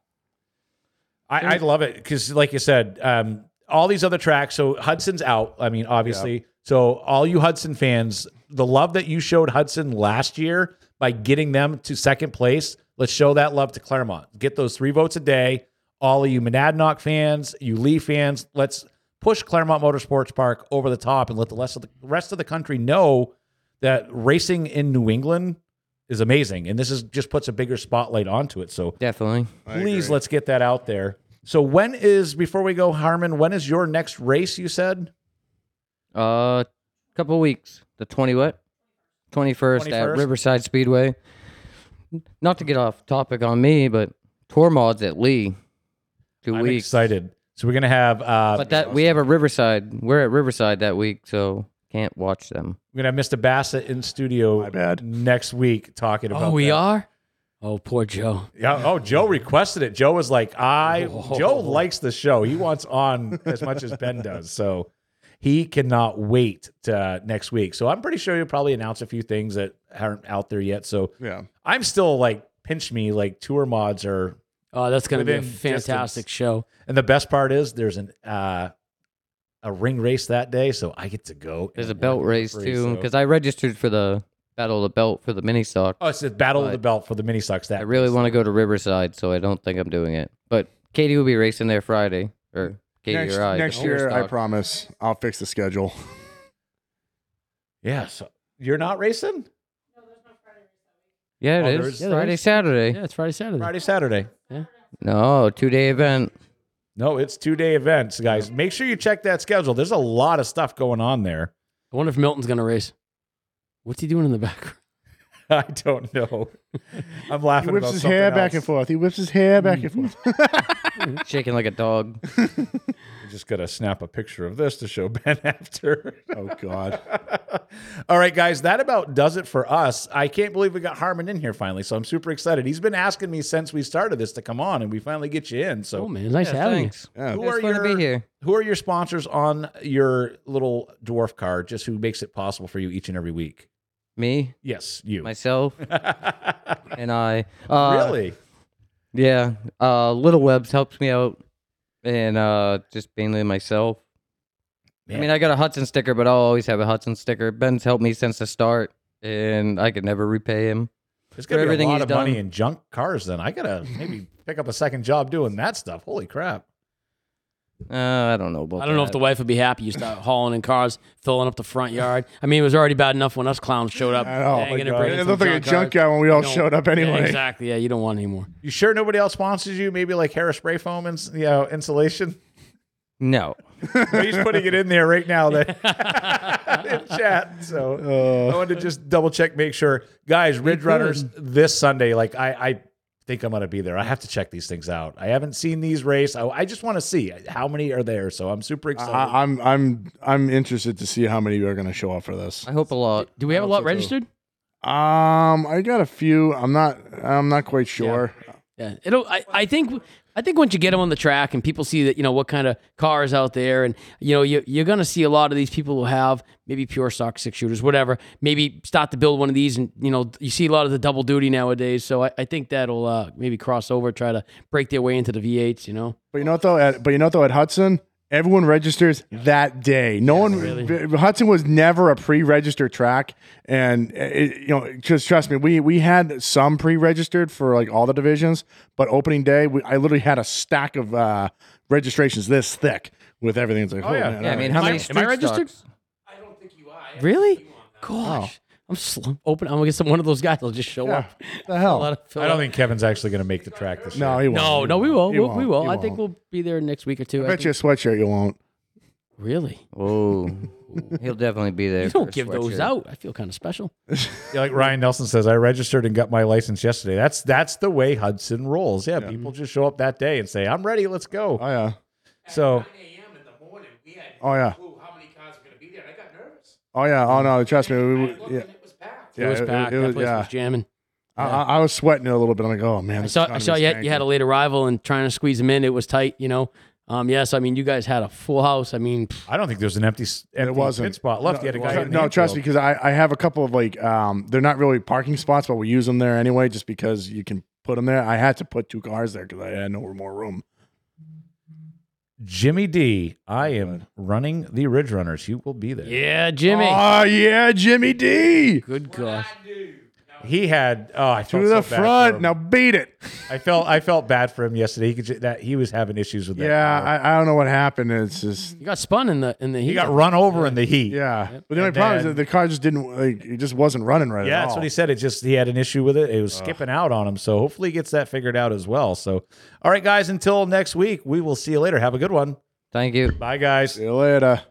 I, I love it because, like you said, um, all these other tracks. So Hudson's out. I mean, obviously. So all you Hudson fans, the love that you showed Hudson last year by getting them to second place, let's show that love to Claremont. Get those three votes a day. All of you Monadnock fans, you Lee fans, let's push Claremont Motorsports Park over the top and let the rest of the rest of the country know that racing in New England is amazing, and this is just puts a bigger spotlight onto it. So
Definitely.
I
please
agree.
let's get that out there. So when is before we go, Harmon? When is your next race? You said
Uh, couple weeks. The twenty what? Twenty first at
21st?
Riverside Speedway. Not to get off topic on me, but tour mods at Lee. 2
I'm
weeks.
excited. So we're gonna have uh,
But that we have a Riverside. We're at Riverside that week, so can't watch them.
we're gonna have Mr. Bassett in studio
My bad.
next week talking about.
Oh, we
that.
are. Oh, poor Joe.
Yeah. Oh, Joe requested it. Joe was like, I. Joe likes the show. He wants on as much as Ben does. So he cannot wait to uh, next week. So I'm pretty sure he'll probably announce a few things that aren't out there yet. So
Yeah,
I'm still like pinch me like tour mods are
Oh, that's going to be a
Within
fantastic
distance.
show.
And the best part is there's an uh, a ring race that day, so I get to go.
There's
and
a belt
win
race
for free,
too,
so-
because I registered for the Battle of the Belt for the mini stock.
oh, it's the battle of the
But-
belt for the mini sucks. That
I really
race.
want to go to Riverside, so I don't think I'm doing it. But Katie will be racing there Friday, or Katie
next,
or I.
next
Oh,
Tour
year, I
Stock.
promise I'll fix the schedule.
Yeah, so you're not racing
Yeah,
Oh,
it
there
is
is-
Yeah, there
Friday,
is.
Saturday.
Yeah, it's Friday, Saturday.
Friday, Saturday.
No, two day event.
No, it's two day events, guys. Make sure you check that schedule. There's a lot of stuff going on there.
I wonder if Milton's going to race. What's he doing in the background?
I don't know. I'm
He
laughing.
whips
about
his
something
hair back
else.
and forth. He whips his hair back and forth.
Shaking like a dog.
I just gotta snap a picture of this to show Ben after.
oh God.
All right, guys, that about does it for us. I can't believe we got Harmon in here finally, so I'm super excited. He's been asking me since we started this to come on, and we finally get you in. So,
Oh, man. Nice
Yeah,
having
thanks.
Yeah.
who
It's
are
fun
your
to be here.
who are your sponsors on your little dwarf card? Just who makes it possible for you each and every week?
Me,
Yes, you.
myself, and I. Uh,
really?
Yeah. Uh, Little Webs helps me out, and uh, just mainly myself. I
Man.
mean, I got a Hudson sticker, but I'll always have a Hudson sticker. Ben's helped me since the start, and I could never repay him.
There's gonna
for
be a
everything
lot
he's
of money
done.
in junk cars. Then I gotta maybe pick up a second job doing that stuff. Holy crap!
Uh, I don't know about.
I don't know if
that.
the wife would be happy. You start hauling in cars, filling up the front yard. I mean, it was already bad enough when us clowns showed up.
I know.
Dang
Oh my
it, and
God.
bringing
It
some
looked like a
junk cars.
junkyard when we all
No.
showed up anyway.
Yeah, exactly. Yeah, you don't want any more.
You sure nobody else sponsors you? Maybe like Harris Spray Foam and you know, insulation.
No.
He's putting it in there right now that in chat. So I wanted to just double check, make sure, guys. Ridge Runners this Sunday. Like I, I think I'm gonna be there. I have to check these things out. I haven't seen these race. I, I just want to see how many are there. So I'm super excited.
I, I'm I'm I'm interested to see how many are going to show up for this.
I hope a lot.
Do we have a lot registered?
Um, I got a few. I'm not. I'm not quite sure.
Yeah, it'll. I, I think. I think once you get them on the track and people see that you know what kind of cars out there, and you know you, you're going to see a lot of these people who have maybe pure stock six shooters, whatever. Maybe start to build one of these, and you know you see a lot of the double duty nowadays. So I, I think that'll uh, maybe cross over, try to break their way into the V8s. You know,
But you know what though. At, but you know what though. At Hudson, everyone registers that day. No one. B- Hudson was never a pre-registered track, and uh, it, you know, just trust me. We we had some pre-registered for like all the divisions, but opening day, we, I literally had a stack of uh, registrations this thick with everything. It's like, oh,
yeah.
man,
Yeah, I
all
mean,
right.
how
Am I-
many
am I
street
registered?
stocks?
really? Gosh, I'm sl- open. I'm gonna get some one of those guys. They'll just show
Yeah.
up.
What
A
the
lot
hell?
of fill
I
up.
don't think Kevin's actually gonna make the track this
No,
year.
he won't.
No, no, we will.
He
We'll, we
won't.
will.
He
I think we'll be there next week or two. I
Bet
think-
you a sweatshirt you won't.
Really?
Oh, he'll definitely be there.
You
for
don't
a
give those
sweatshirt.
out. I feel kind of special.
Yeah, like Ryan Nelson says, I registered and got my license yesterday. That's that's the way Hudson rolls. Yeah, Uh, people just show up that day and say, "I'm ready. Let's go."
Oh yeah.
So
9 a.m. in the morning, we had
Oh yeah.
no clue how many cars were going to be there. And I got nervous.
Oh yeah. Oh no. Trust me. We,
I
we,
looked and
yeah.
it was packed.
Yeah,
it was packed.
It,
that
was,
place
yeah.
was jamming.
I, I I was sweating a little bit. I'm like, oh man.
I saw, I saw you, had, you had a late arrival and trying to squeeze him in. It was tight, you know. Um, yes, I mean you guys had a full house. I mean, pff,
I don't think there's an empty, s- empty
wasn't.
pit spot left. you had a guy.
Tru-
in
no,
hand
trust me,
built.
because I, I have a couple of like um, they're not really parking spots, but we use them there anyway, just because you can put them there. I had to put two cars there because I had no more room.
Jimmy D, I
Oh,
am running the Ridge Runners. You will be there.
yeah, Jimmy.
Oh yeah, Jimmy D
Good gosh.
He had oh, I felt
to
so
the
bad for
front.
him.
Now beat it.
I felt I felt bad for him yesterday. He could ju- that he was having issues with that.
Yeah,
car.
I, I don't know what happened. It's just
You got spun in the in the heat.
he got run over in the heat.
yeah. But the only
And
problem is
then-
that the car just didn't like it just wasn't running right.
Yeah,
at
that's
all.
what he said. It just he had an issue with it. It was skipping out on him. So hopefully he gets that figured out as well. So all right, guys, until next week, we will see you later. Have a good one.
Thank you.
Bye guys.
See you later.